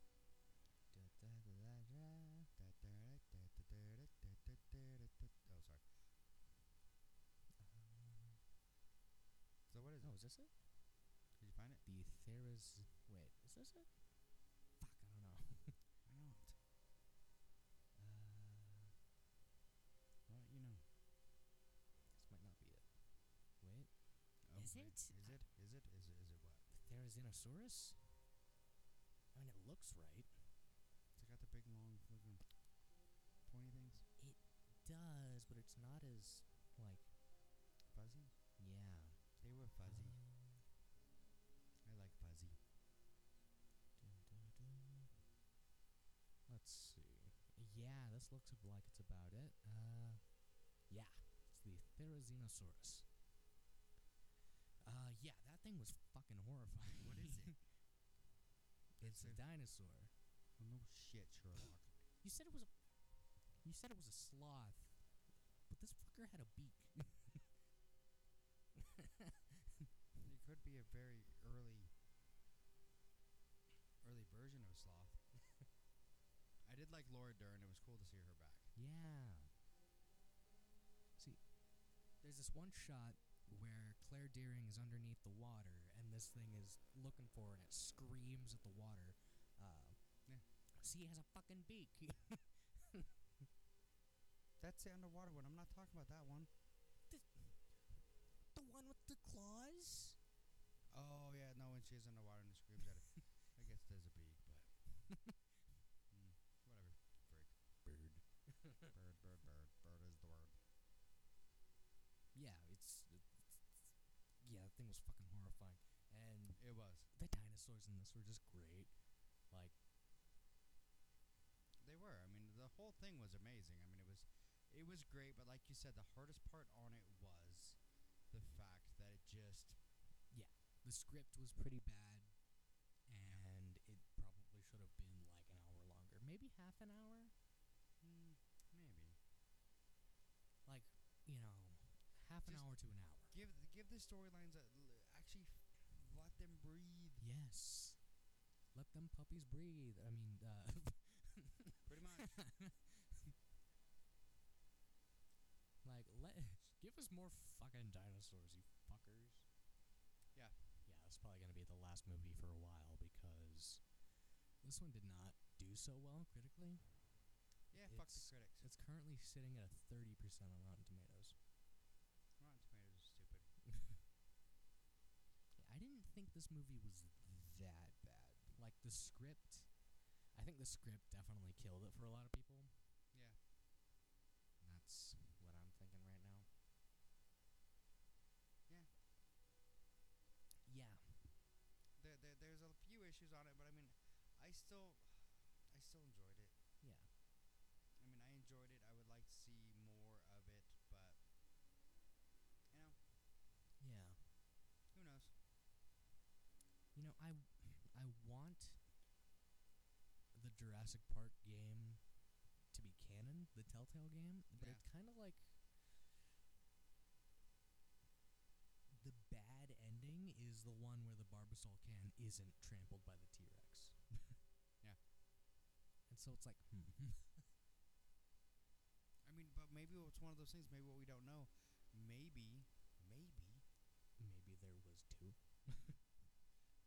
Speaker 2: Oh, sorry. So what is
Speaker 1: Oh,
Speaker 2: it?
Speaker 1: is this it?
Speaker 2: Did you find it?
Speaker 1: The Theras. Wait, is this it? Fuck, I don't know.
Speaker 2: I don't. Uh, well, you know.
Speaker 1: This might not be it. Wait,
Speaker 2: Oh,
Speaker 1: Is
Speaker 2: wait.
Speaker 1: it?
Speaker 2: Is it? Is it? Is it? Is it what?
Speaker 1: Therizinosaurus? I mean, it looks right.
Speaker 2: It's got the big long fucking pointy things.
Speaker 1: Does, but it's not as like
Speaker 2: Fuzzy.
Speaker 1: yeah.
Speaker 2: They were fuzzy.
Speaker 1: Um,
Speaker 2: I like fuzzy.
Speaker 1: dun, dun, dun. Let's see. Yeah, this looks ab- like it's about it. Uh, yeah, it's the Therizinosaurus. Uh, yeah, that thing was fucking horrifying.
Speaker 2: What is it?
Speaker 1: it's a
Speaker 2: a-
Speaker 1: dinosaur.
Speaker 2: Oh, no shit, Sherlock.
Speaker 1: You said it was a. You said it was a sloth, but this fucker had a beak.
Speaker 2: It could be a very early, early version of sloth. I did like Laura Dern. It was cool to see her back.
Speaker 1: Yeah. See, there's this one shot where Claire Deering is underneath the water, and this thing is looking for her, and it screams at the water. Uh,
Speaker 2: Yeah.
Speaker 1: See, it has a fucking beak.
Speaker 2: That's the underwater one. I'm not talking about that one.
Speaker 1: the one with the claws.
Speaker 2: Oh yeah, no, when she's underwater and screams at it. I guess Hmm, there's a bee, but mm, whatever.
Speaker 1: Bird.
Speaker 2: Bird.
Speaker 1: was fucking horrifying. And
Speaker 2: It was.
Speaker 1: the dinosaurs in this were just great. Like,
Speaker 2: They were. I mean, the whole thing was amazing. I mean, it was, it was great. But like you said, the hardest part on it was the fact that it just
Speaker 1: the script was pretty bad, and it probably should have been like an hour longer, maybe half an hour.
Speaker 2: mm, maybe
Speaker 1: Like, you know, half an
Speaker 2: Just-
Speaker 1: hour to an hour.
Speaker 2: give give the storylines a, l- actually f- let them breathe.
Speaker 1: Yes. Let them puppies breathe. I mean, uh,
Speaker 2: Pretty much.
Speaker 1: like let give us more fucking dinosaurs, you fuckers.
Speaker 2: Yeah.
Speaker 1: Yeah, that's probably gonna be the last movie for a while because this one did not do so well critically.
Speaker 2: yeah, fuck the
Speaker 1: It's-
Speaker 2: critics.
Speaker 1: It's currently sitting at a thirty percent on Rotten Tomatoes.
Speaker 2: Rotten Tomatoes is stupid.
Speaker 1: I didn't think this movie was that bad. Like the script, I think the script definitely killed it for a lot of people.
Speaker 2: Yeah.
Speaker 1: That's what I'm thinking right now.
Speaker 2: Yeah.
Speaker 1: Yeah.
Speaker 2: There, there, there's a few issues on it, but I mean, I still, I still enjoyed it.
Speaker 1: Yeah.
Speaker 2: I mean, I enjoyed it. I would like to see more of it, but you know,
Speaker 1: Yeah.
Speaker 2: who knows?
Speaker 1: You know, I I want the Jurassic Park game to be canon, the Telltale game, but
Speaker 2: Yeah.
Speaker 1: it kind of like the bad ending is the one where the Barbasol can isn't trampled by the T Rex.
Speaker 2: Yeah.
Speaker 1: And so it's like, hmm.
Speaker 2: I mean, but maybe it's one of those things. Maybe what we don't know. Maybe, maybe,
Speaker 1: maybe there was two.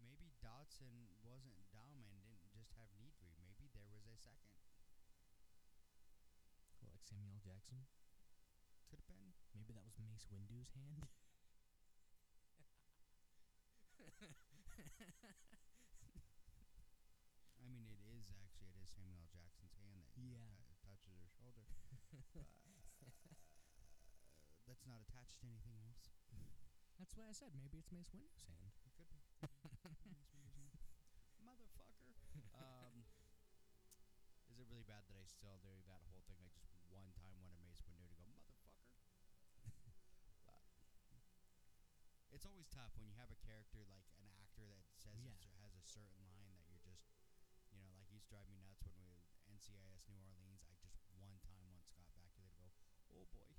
Speaker 2: maybe Dotson wasn't dumb and didn't just have need for you. Maybe there was a second.
Speaker 1: Like Samuel Jackson.
Speaker 2: Could have been.
Speaker 1: Maybe that was Mace Windu's hand.
Speaker 2: I mean, it is actually it is Samuel L. Jackson's hand that you know,
Speaker 1: Yeah.
Speaker 2: tou- touches her shoulder. but, uh, that's not attached to anything else.
Speaker 1: That's why I said maybe it's Mace Windu's hand.
Speaker 2: It could be. Could be. Nice one, nice one. Motherfucker.
Speaker 1: Uh,
Speaker 2: Um, is it really bad that I still do that whole thing? Like just one time, one amazed window to go, motherfucker. But it's always tough when you have a character like an actor that says
Speaker 1: Yeah.
Speaker 2: it has a certain line that you're just, you know, like he's driving me nuts when we were NCIS New Orleans. I just one time once got back to go, oh boy.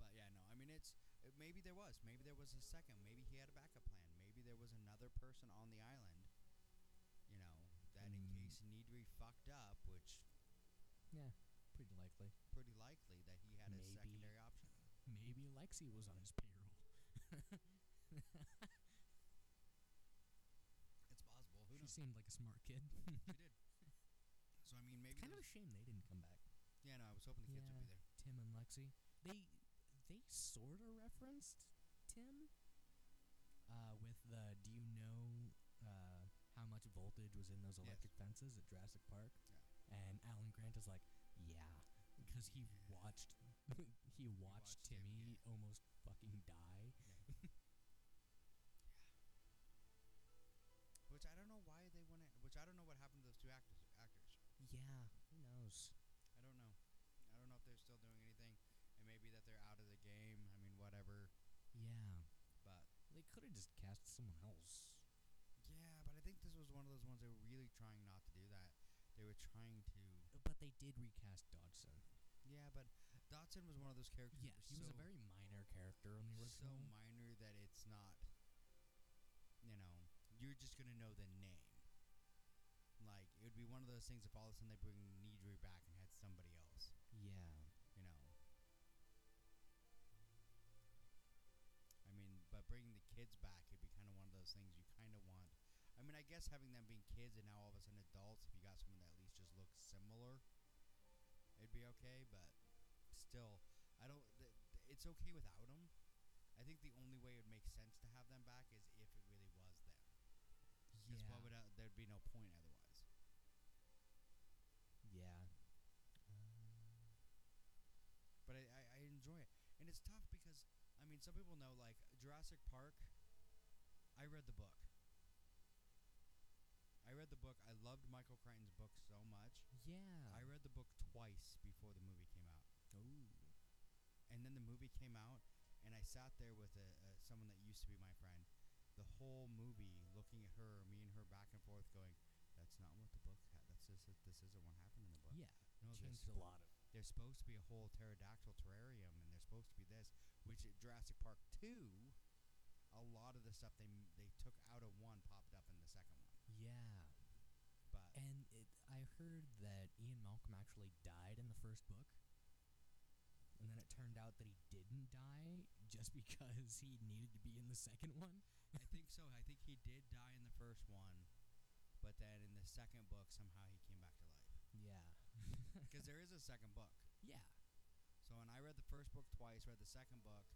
Speaker 2: but yeah, no, I mean it's uh, maybe there was, maybe there was a second, maybe he had a backup plan, maybe there was another person on the island, you know, that in
Speaker 1: Mm.
Speaker 2: case Nidri fucked up, which
Speaker 1: Pretty likely.
Speaker 2: pretty likely that he had a
Speaker 1: Maybe.
Speaker 2: secondary option.
Speaker 1: Maybe Lexi was on his payroll.
Speaker 2: It's possible. Who
Speaker 1: She
Speaker 2: knows?
Speaker 1: seemed like a smart kid.
Speaker 2: she did. So I mean, maybe.
Speaker 1: kind of a
Speaker 2: those-
Speaker 1: shame they didn't come back.
Speaker 2: yeah, no, I was hoping the kids would be
Speaker 1: Yeah.
Speaker 2: there.
Speaker 1: Tim and Lexi. They they sort of referenced Tim uh, with the do you know uh, how much voltage was in those
Speaker 2: Yes.
Speaker 1: electric fences at Jurassic Park?
Speaker 2: Yeah.
Speaker 1: And Alan Grant is like, yeah, because he
Speaker 2: Yeah.
Speaker 1: watched he watched
Speaker 2: watched him,
Speaker 1: Timmy almost fucking die.
Speaker 2: Which I don't know why they went. in- Which I don't know what happened to those two actors. Actors.
Speaker 1: Yeah, who knows?
Speaker 2: I don't know. I don't know if they're still doing anything, and maybe that they're out of the game. I mean, whatever.
Speaker 1: Yeah,
Speaker 2: But
Speaker 1: they could have just cast someone else.
Speaker 2: yeah, but I think this was one of those ones they were really trying not to do that. They were trying to.
Speaker 1: Uh, But they did recast Dodson.
Speaker 2: Yeah, but Dotson was one of those characters.
Speaker 1: Yeah,
Speaker 2: that
Speaker 1: he was
Speaker 2: were
Speaker 1: a very minor character on the
Speaker 2: so
Speaker 1: original.
Speaker 2: minor that it's not you know you're just gonna know the name like it would be one of those things if all of a sudden they bring Nidri back and had somebody else
Speaker 1: yeah,
Speaker 2: you know I mean but bringing the kids back it'd be kind of one of those things you kind of want I mean I guess having them being kids and now all of a sudden adults if you got someone that at least just looks similar it'd be okay but still I don't th- th- it's okay without them I think the only way it would make sense to have them back is if it really was them. Because
Speaker 1: yeah,
Speaker 2: why would I, there'd be no point otherwise?
Speaker 1: yeah. Uh,
Speaker 2: But I, I, I enjoy it, and it's tough because mean, some people know like Jurassic Park. I read the book. I read the book. I loved Michael Crichton's book so much.
Speaker 1: Yeah.
Speaker 2: I read the book twice before the movie came out.
Speaker 1: Ooh.
Speaker 2: And then the movie came out, and I sat there with a, a, someone that used to be my friend the whole movie looking at her, me and her back and forth going, that's not what the book had. That's this, is- this isn't what happened in the book.
Speaker 1: Yeah.
Speaker 2: No, there's,
Speaker 1: Changed oh, a lot of.
Speaker 2: there's supposed to be a whole pterodactyl terrarium, and there's supposed to be this, which at Jurassic Park 2, a lot of the stuff they, m- they took out of one popped up in the second one.
Speaker 1: Yeah.
Speaker 2: But
Speaker 1: And it, I heard that Ian Malcolm actually died in the first book. And then it turned out that he didn't die just because he needed to be in the second one.
Speaker 2: I think so. I think he did die in the first one, but then in the second book, somehow he came back to life.
Speaker 1: Yeah.
Speaker 2: Because there is a second book.
Speaker 1: yeah.
Speaker 2: So when I read the first book twice, read the second book,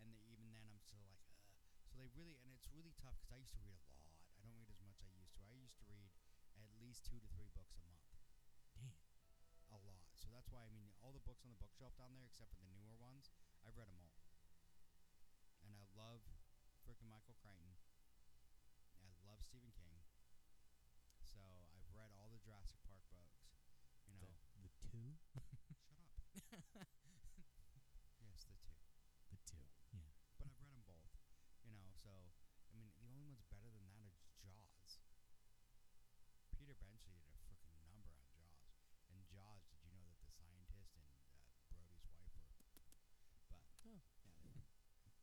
Speaker 2: and the, even then I'm still like, Ugh. so they really and it's really tough because I used to read a lot. I don't read as much I used to. I used to read at least two to three books a month,
Speaker 1: Damn.
Speaker 2: a lot. So that's why I mean all the books on the bookshelf down there except for the newer ones, I've read them all. And I love freaking Michael Crichton. I love Stephen King. So I've read all the Jurassic Park books. You know,
Speaker 1: The, the two?
Speaker 2: shut up. yes, the two.
Speaker 1: The two. Yeah.
Speaker 2: but I've read them both, you know. So, I mean, the only ones better than that is Jaws. Peter Benchley did a freaking number on Jaws, and Jaws. Did you know that the scientist and uh, Brody's wife were, but
Speaker 1: Oh.
Speaker 2: yeah, they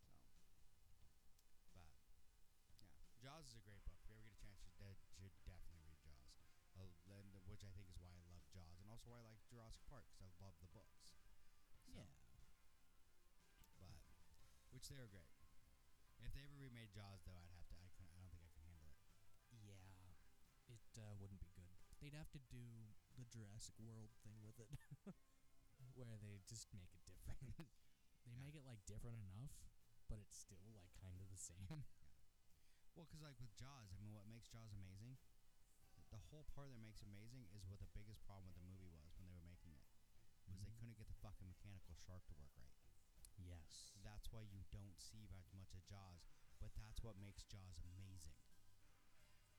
Speaker 2: were. So, but yeah, Jaws is a great book. If you ever get a chance, you de- should definitely read Jaws. Uh, and, which I think is why I love Jaws, and also why I like Jurassic Park because I love the books. So,
Speaker 1: Yeah.
Speaker 2: but which they were great. If they ever remade Jaws, though, I'd have to. I, couldn't, I don't think I can handle it.
Speaker 1: Yeah. It uh, wouldn't be good. They'd have to do the Jurassic World thing with it, where they just make it different. they
Speaker 2: Yeah.
Speaker 1: make it like different enough, but it's still like kind of the same.
Speaker 2: Well, because like with Jaws, I mean, what makes Jaws amazing? The whole part that makes it amazing is what the biggest problem with the movie was when they were making it was they
Speaker 1: Mhm.
Speaker 2: couldn't get the fucking mechanical shark to work right.
Speaker 1: Yes.
Speaker 2: That's why you don't see that much of Jaws, but that's what makes Jaws amazing.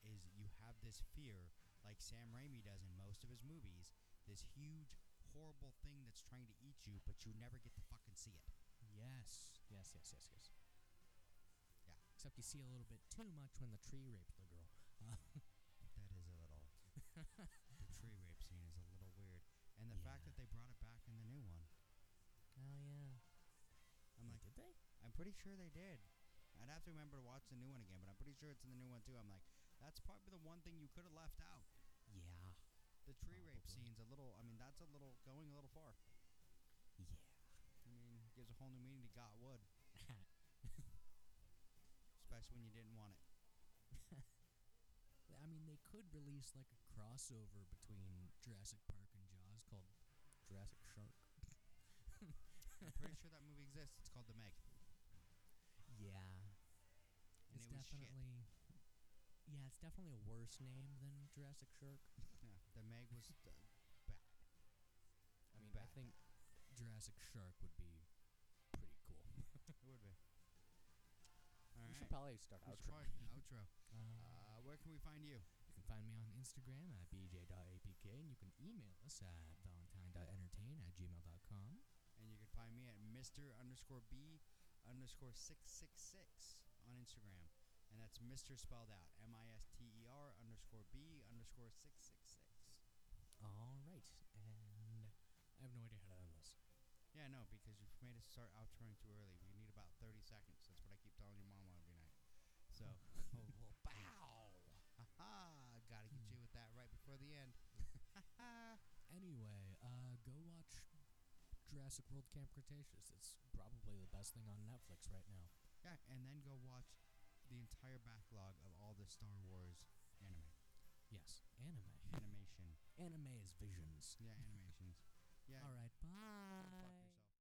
Speaker 2: Is you have this fear, like Sam Raimi does in most of his movies, this huge, horrible thing that's trying to eat you, but you never get to fucking see it.
Speaker 1: Yes. Yes, yes, yes, yes.
Speaker 2: Yeah.
Speaker 1: Except you see a little bit too much when the tree raped the girl.
Speaker 2: That is a little. the tree rape scene is a little weird, and the fact
Speaker 1: Yeah.
Speaker 2: that they brought it back in the new one,
Speaker 1: Oh, yeah.
Speaker 2: I'm like,
Speaker 1: did they?
Speaker 2: I'm pretty sure they did. I'd have to remember to watch the new one again, but I'm pretty sure it's in the new one too. I'm like, that's probably the one thing you could have left out.
Speaker 1: Yeah.
Speaker 2: The tree rape
Speaker 1: Probably.
Speaker 2: scene's a little. I mean, that's a little going a little far.
Speaker 1: Yeah.
Speaker 2: I mean, gives a whole new meaning to God wood, especially when you didn't want it.
Speaker 1: I mean, they could release like a crossover between Jurassic Park and Jaws called Jurassic Shark.
Speaker 2: I'm pretty sure that movie exists. It's called The Meg,
Speaker 1: Yeah,
Speaker 2: and
Speaker 1: it's
Speaker 2: it was shit.
Speaker 1: definitely. Yeah, it's definitely a worse name than Jurassic Shark.
Speaker 2: Yeah, The Meg was uh, bad.
Speaker 1: I mean, I
Speaker 2: Bad,
Speaker 1: think Jurassic Shark would be pretty cool.
Speaker 2: It would be. All
Speaker 1: We
Speaker 2: right.
Speaker 1: should probably start out.
Speaker 2: We should probably- outro. Uh, where can we find you?
Speaker 1: You can find me on Instagram at bj.apk, and you can email us at valentine.entertain at gmail.com.
Speaker 2: And you can find me at Mr. underscore B underscore six six six on Instagram. And that's Mr. spelled out. M I S T E R underscore B underscore six six six.
Speaker 1: All right, and I have no idea how to end this.
Speaker 2: Yeah, no, because you've made us start outroing too early. We need about thirty seconds. That's what I keep telling your mama every night. So oh, well, bow. Ha ha gotta get you with that right before the end. Ha ha
Speaker 1: Anyway, uh, go watch Jurassic World Camp Cretaceous. It's probably the best thing on Netflix right now.
Speaker 2: Yeah, and then go watch the entire backlog of all the Star Wars anime
Speaker 1: Yes, anime.
Speaker 2: animation.
Speaker 1: Anime is visions.
Speaker 2: Yeah, animations. Yeah,
Speaker 1: All right, bye.